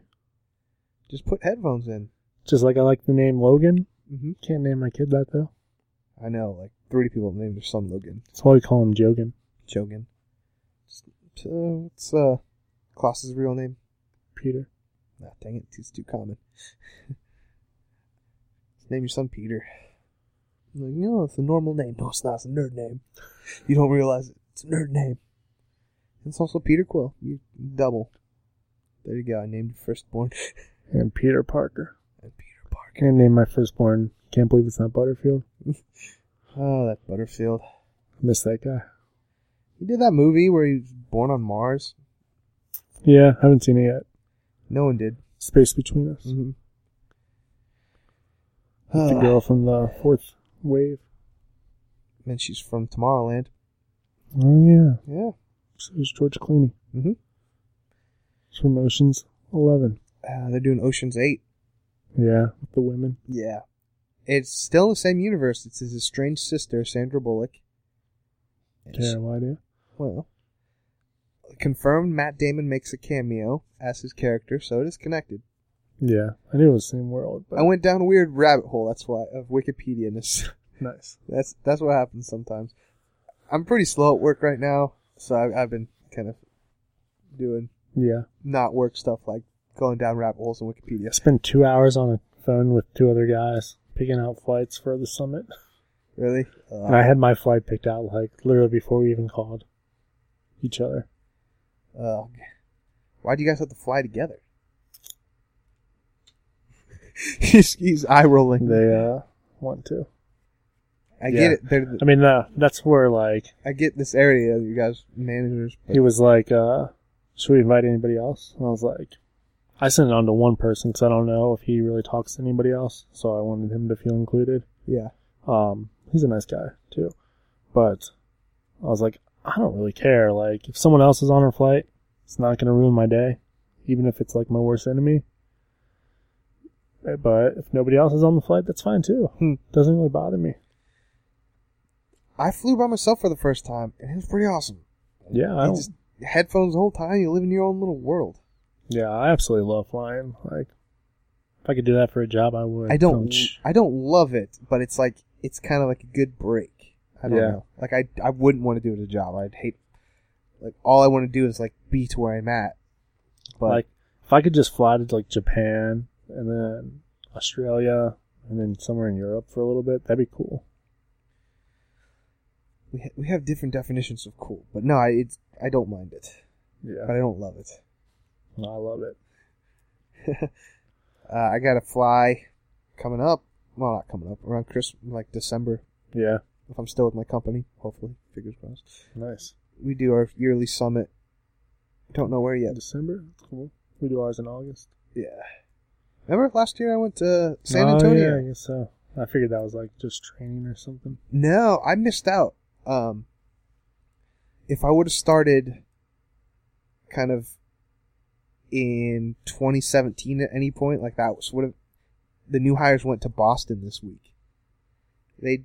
Speaker 2: just put headphones in.
Speaker 1: Just like I like the name Logan.
Speaker 2: hmm
Speaker 1: Can't name my kid that though.
Speaker 2: I know, like thirty people named their son Logan.
Speaker 1: That's why we call him Jogan.
Speaker 2: Jogan. So, What's uh, Klaus's real name?
Speaker 1: Peter.
Speaker 2: Ah, dang it, it's too common. Name your son Peter. I'm like, no, it's a normal name. No, it's not. It's a nerd name. You don't realize it. It's a nerd name. It's also Peter Quill. You double. There you go. I named your firstborn.
Speaker 1: And Peter Parker.
Speaker 2: and Peter Parker.
Speaker 1: Can't name my firstborn. Can't believe it's not Butterfield.
Speaker 2: Oh, that Butterfield.
Speaker 1: I miss that guy.
Speaker 2: He did that movie where he was born on Mars.
Speaker 1: Yeah, haven't seen it yet.
Speaker 2: No one did.
Speaker 1: Space Between Us.
Speaker 2: Mm-hmm. Ah,
Speaker 1: The girl from the fourth wave.
Speaker 2: and she's from Tomorrowland.
Speaker 1: Oh, yeah.
Speaker 2: Yeah.
Speaker 1: So is George Clooney.
Speaker 2: Mm-hmm.
Speaker 1: It's from Ocean's 11.
Speaker 2: Uh, they're doing Ocean's Eight.
Speaker 1: Yeah, with the women.
Speaker 2: Yeah. It's still in the same universe. It's his estranged sister, Sandra Bullock. And she-
Speaker 1: Terrible idea.
Speaker 2: Well, confirmed Matt Damon makes a cameo as his character, so it is connected.
Speaker 1: Yeah, I knew it was the same world, but
Speaker 2: I went down a weird rabbit hole. That's why of Wikipedia.
Speaker 1: nice.
Speaker 2: That's that's what happens sometimes. I'm pretty slow at work right now, so I've, I've been kind of doing
Speaker 1: Yeah.
Speaker 2: not work stuff like going down rabbit holes on
Speaker 1: I
Speaker 2: Wikipedia.
Speaker 1: spent two hours on a phone with two other guys picking out flights for the summit.
Speaker 2: Really? Uh,
Speaker 1: and I had my flight picked out like literally before we even called each other.
Speaker 2: Uh, why do you guys have to fly together? he's, he's eye rolling.
Speaker 1: They uh want to.
Speaker 2: I
Speaker 1: yeah.
Speaker 2: get it. They're,
Speaker 1: I mean, uh, that's where like
Speaker 2: I get this area. You guys, managers. but-
Speaker 1: he was like, uh, "Should we invite anybody else?" And I was like, "I sent it on to one person because I don't know if he really talks to anybody else, so I wanted him to feel included."
Speaker 2: Yeah.
Speaker 1: Um, he's a nice guy too, but I was like, I don't really care. Like, if someone else is on our flight, it's not gonna ruin my day, even if it's like my worst enemy. Uh, But if nobody else is on the flight, that's fine too.
Speaker 2: Hmm.
Speaker 1: Doesn't really bother me.
Speaker 2: I flew by myself for the first time, and it was pretty awesome.
Speaker 1: Yeah, I
Speaker 2: You
Speaker 1: don't.
Speaker 2: just headphones the whole time. You live in your own little world.
Speaker 1: Yeah, I absolutely love flying. Like, if I could do that for a job, I would.
Speaker 2: I don't.
Speaker 1: sh-
Speaker 2: I don't love it, but it's like it's kind of like a good break. I don't
Speaker 1: Yeah.
Speaker 2: know. Like I, I wouldn't want to do it as a job. I'd hate. Like all I want to do is like be to where I'm at. But
Speaker 1: like, if I could just fly to like Japan and then Australia and then somewhere in Europe for a little bit, that'd be cool.
Speaker 2: we ha- we have different definitions of cool. But no, I it's, I don't mind it, but
Speaker 1: Yeah,
Speaker 2: I don't love it.
Speaker 1: I love it.
Speaker 2: Uh, I got to fly coming up. Well, not coming up around Christmas, like December,
Speaker 1: Yeah,
Speaker 2: if I'm still with my company. Hopefully, fingers crossed.
Speaker 1: nice.
Speaker 2: We do our yearly summit. Don't know where yet.
Speaker 1: December, that's cool. We do ours in August.
Speaker 2: Yeah. Remember last year I went to San
Speaker 1: Oh,
Speaker 2: Antonio?
Speaker 1: yeah, I guess so. I figured that was like just training or something.
Speaker 2: No, I missed out. Um, if I would have started kind of in 2017 at any point, like that was would have the new hires went to Boston this week. They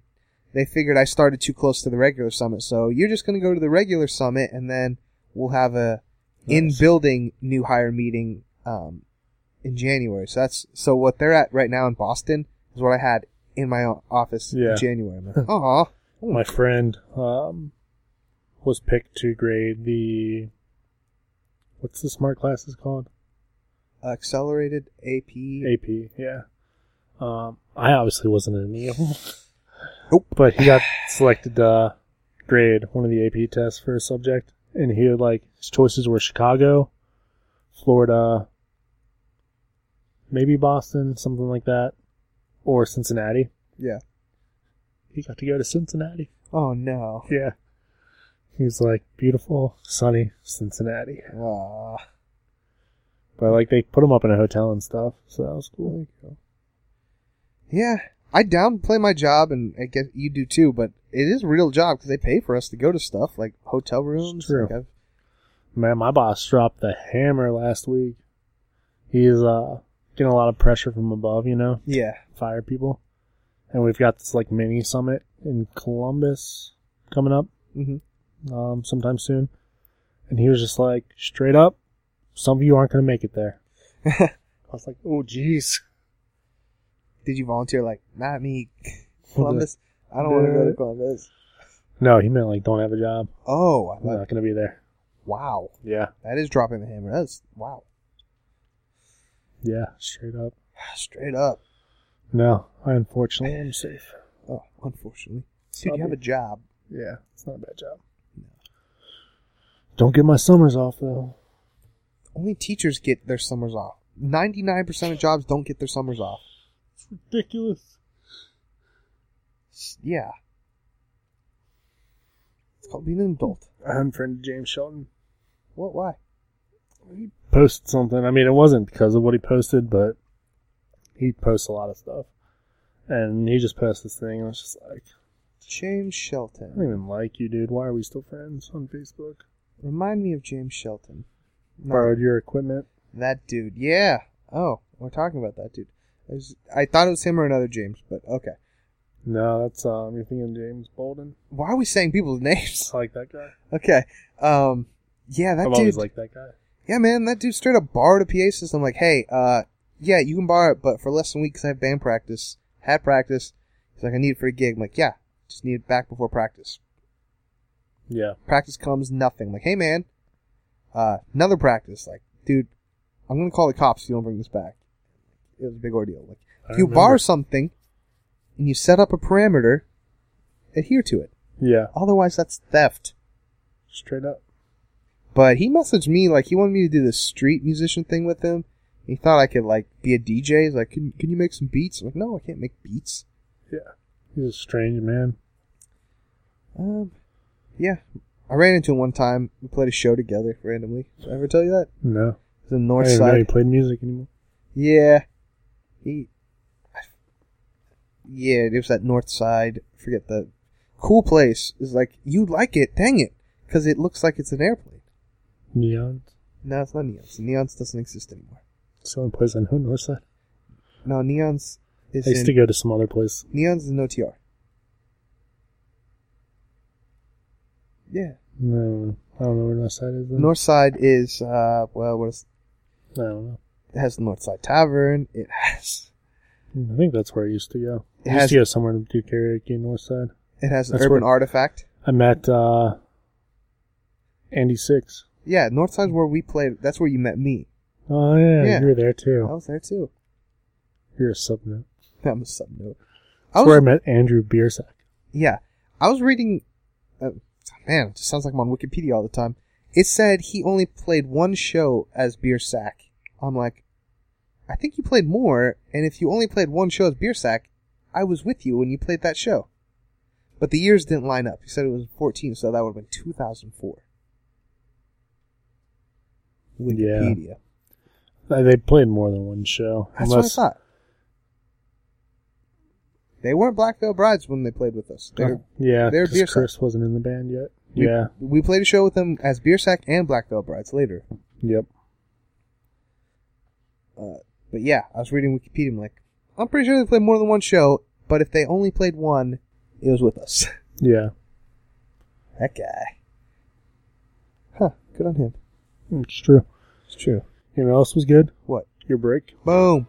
Speaker 2: they figured I started too close to the regular summit, so you're just going to go to the regular summit and then we'll have a in
Speaker 1: Nice.
Speaker 2: building new hire meeting um, in January. So that's so what they're at right now in Boston is what I had in my o- office
Speaker 1: Yeah.
Speaker 2: in January. I'm like, aw,
Speaker 1: Oh, My friend um, was picked to grade the what's the smart class is called.
Speaker 2: accelerated AP.
Speaker 1: AP, yeah. Um, I obviously wasn't in any of them.
Speaker 2: Nope.
Speaker 1: But he got selected to uh, grade one of the AP tests for a subject, and he had like his choices were Chicago, Florida, maybe Boston, something like that, or Cincinnati.
Speaker 2: Yeah.
Speaker 1: He got to go to Cincinnati.
Speaker 2: Oh no.
Speaker 1: Yeah. He was like beautiful, sunny Cincinnati,
Speaker 2: Aw.
Speaker 1: but like they put him up in a hotel and stuff, so that was cool.
Speaker 2: Yeah, I downplay my job, and I guess you do too. But it is a real job because they pay for us to go to stuff like hotel rooms.
Speaker 1: true.
Speaker 2: Like I've-
Speaker 1: Man, my boss dropped the hammer last week. He's uh getting a lot of pressure from above, you know,
Speaker 2: yeah.
Speaker 1: fire people. And we've got this like mini summit in Columbus coming up
Speaker 2: hmm
Speaker 1: um sometime soon. And he was just like, straight up, some of you aren't gonna make it there. I was like, oh jeez.
Speaker 2: Did you volunteer? Like not me,
Speaker 1: Well,
Speaker 2: Columbus. I don't want to go
Speaker 1: uh,
Speaker 2: to Columbus.
Speaker 1: No, he meant like don't have a job.
Speaker 2: Oh, I
Speaker 1: I'm
Speaker 2: thought-
Speaker 1: not gonna be there.
Speaker 2: wow.
Speaker 1: Yeah.
Speaker 2: That is dropping the hammer. That's wow.
Speaker 1: Yeah, straight up.
Speaker 2: Straight up.
Speaker 1: No, I unfortunately am safe.
Speaker 2: Oh, unfortunately. Dude, you have a job.
Speaker 1: Yeah, it's not a bad job. Don't get my summers off though.
Speaker 2: Only teachers get their summers off. 99% of jobs don't get their summers off.
Speaker 1: It's ridiculous.
Speaker 2: S- Yeah. It's called being an adult.
Speaker 1: I unfriended James Shelton.
Speaker 2: What? Why?
Speaker 1: Posted something. I mean, it wasn't because of what he posted, but he posts a lot of stuff, and he just posted this thing. And I was just like,
Speaker 2: James
Speaker 1: I don't
Speaker 2: Shelton.
Speaker 1: even like you, dude. Why are we still friends on Facebook?
Speaker 2: Remind me of James Shelton. No,
Speaker 1: Borrowed your equipment.
Speaker 2: that dude. Yeah. Oh, we're talking about that dude. I, was, I thought it was him or another James, but okay.
Speaker 1: No, that's um, you're thinking James Bolden.
Speaker 2: Why are we saying people's names?
Speaker 1: I like that guy.
Speaker 2: Okay. Um. Yeah, that
Speaker 1: I've
Speaker 2: dude.
Speaker 1: always liked that guy.
Speaker 2: yeah, man, that dude straight up borrowed a PA system. Like, hey, uh, yeah, you can borrow it, but for less than a week 'cause I have band practice, had practice. He's like, I need it for a gig. I'm like, yeah, just need it back before practice.
Speaker 1: Yeah,
Speaker 2: Practice comes nothing. like, hey, man, uh, another practice. Like, dude, I'm gonna call the cops if you don't bring this back. It was a big ordeal. Like,
Speaker 1: I
Speaker 2: if you
Speaker 1: remember.
Speaker 2: borrow something and you set up a parameter, adhere to it.
Speaker 1: yeah,
Speaker 2: Otherwise, that's theft.
Speaker 1: straight up.
Speaker 2: But he messaged me like he wanted me to do this street musician thing with him. He thought I could like be a DJ. He's like, can can you make some beats? I'm like, no, I can't make beats.
Speaker 1: He's a strange man.
Speaker 2: Um, yeah, I ran into him one time. We played a show together randomly. Did I ever tell you that?
Speaker 1: No,
Speaker 2: It was in
Speaker 1: I
Speaker 2: North
Speaker 1: didn't know he
Speaker 2: Side.
Speaker 1: played music anymore.
Speaker 2: Yeah, he. Yeah, it was that North Side. Forget the cool place. Is like you like it. Dang it, because it looks like it's an airplane.
Speaker 1: Neon.
Speaker 2: No, it's not neons. Neons doesn't exist anymore.
Speaker 1: It's the only place I know in Northside.
Speaker 2: No, neons is
Speaker 1: I used
Speaker 2: in-
Speaker 1: to go to some other place.
Speaker 2: Neon's is an OTR. Yeah.
Speaker 1: No, I don't know where Northside is. Then.
Speaker 2: North Side is uh well what is
Speaker 1: I don't know.
Speaker 2: it has the North Side Tavern. It has
Speaker 1: I think that's where I used to go.
Speaker 2: It
Speaker 1: I used
Speaker 2: has-
Speaker 1: to go somewhere to do karaoke in Northside.
Speaker 2: it has an
Speaker 1: That's
Speaker 2: urban
Speaker 1: where-
Speaker 2: artifact.
Speaker 1: I met uh, Andy Six.
Speaker 2: Yeah, North Side's where we played that's where you met me.
Speaker 1: Oh yeah,
Speaker 2: Yeah. Oh.
Speaker 1: you were there
Speaker 2: I
Speaker 1: too.
Speaker 2: was there too.
Speaker 1: You're a sub note.
Speaker 2: I'm a sub note. I
Speaker 1: That's where I
Speaker 2: was
Speaker 1: met Andrew Biersack.
Speaker 2: yeah. I was reading uh, man, it just sounds like I'm on Wikipedia all the time. It said he only played one show as Beer Sack. I'm like I think you played more, and if you only played one show as Beer Sack, I was with you when you played that show. But the years didn't line up. He said it was 14, so that would have been 2004. Wikipedia.
Speaker 1: Uh, They played more than one show.
Speaker 2: That's
Speaker 1: unless,
Speaker 2: what I thought. They weren't Black Veil Brides when they played with us. They were-
Speaker 1: Oh, yeah,
Speaker 2: they're
Speaker 1: 'cause
Speaker 2: Biersack.
Speaker 1: Chris wasn't in the band yet.
Speaker 2: we,
Speaker 1: yeah,
Speaker 2: We played a show with them as Beer Sack and Black Veil Brides later.
Speaker 1: yep.
Speaker 2: Uh, but yeah, I was reading Wikipedia. I'm like, I'm pretty sure they played more than one show, but if they only played one, it was with us.
Speaker 1: Yeah.
Speaker 2: that guy. Huh. Good on him.
Speaker 1: It's true.
Speaker 2: It's true.
Speaker 1: You know what else was good?
Speaker 2: What?
Speaker 1: Your break.
Speaker 2: Boom.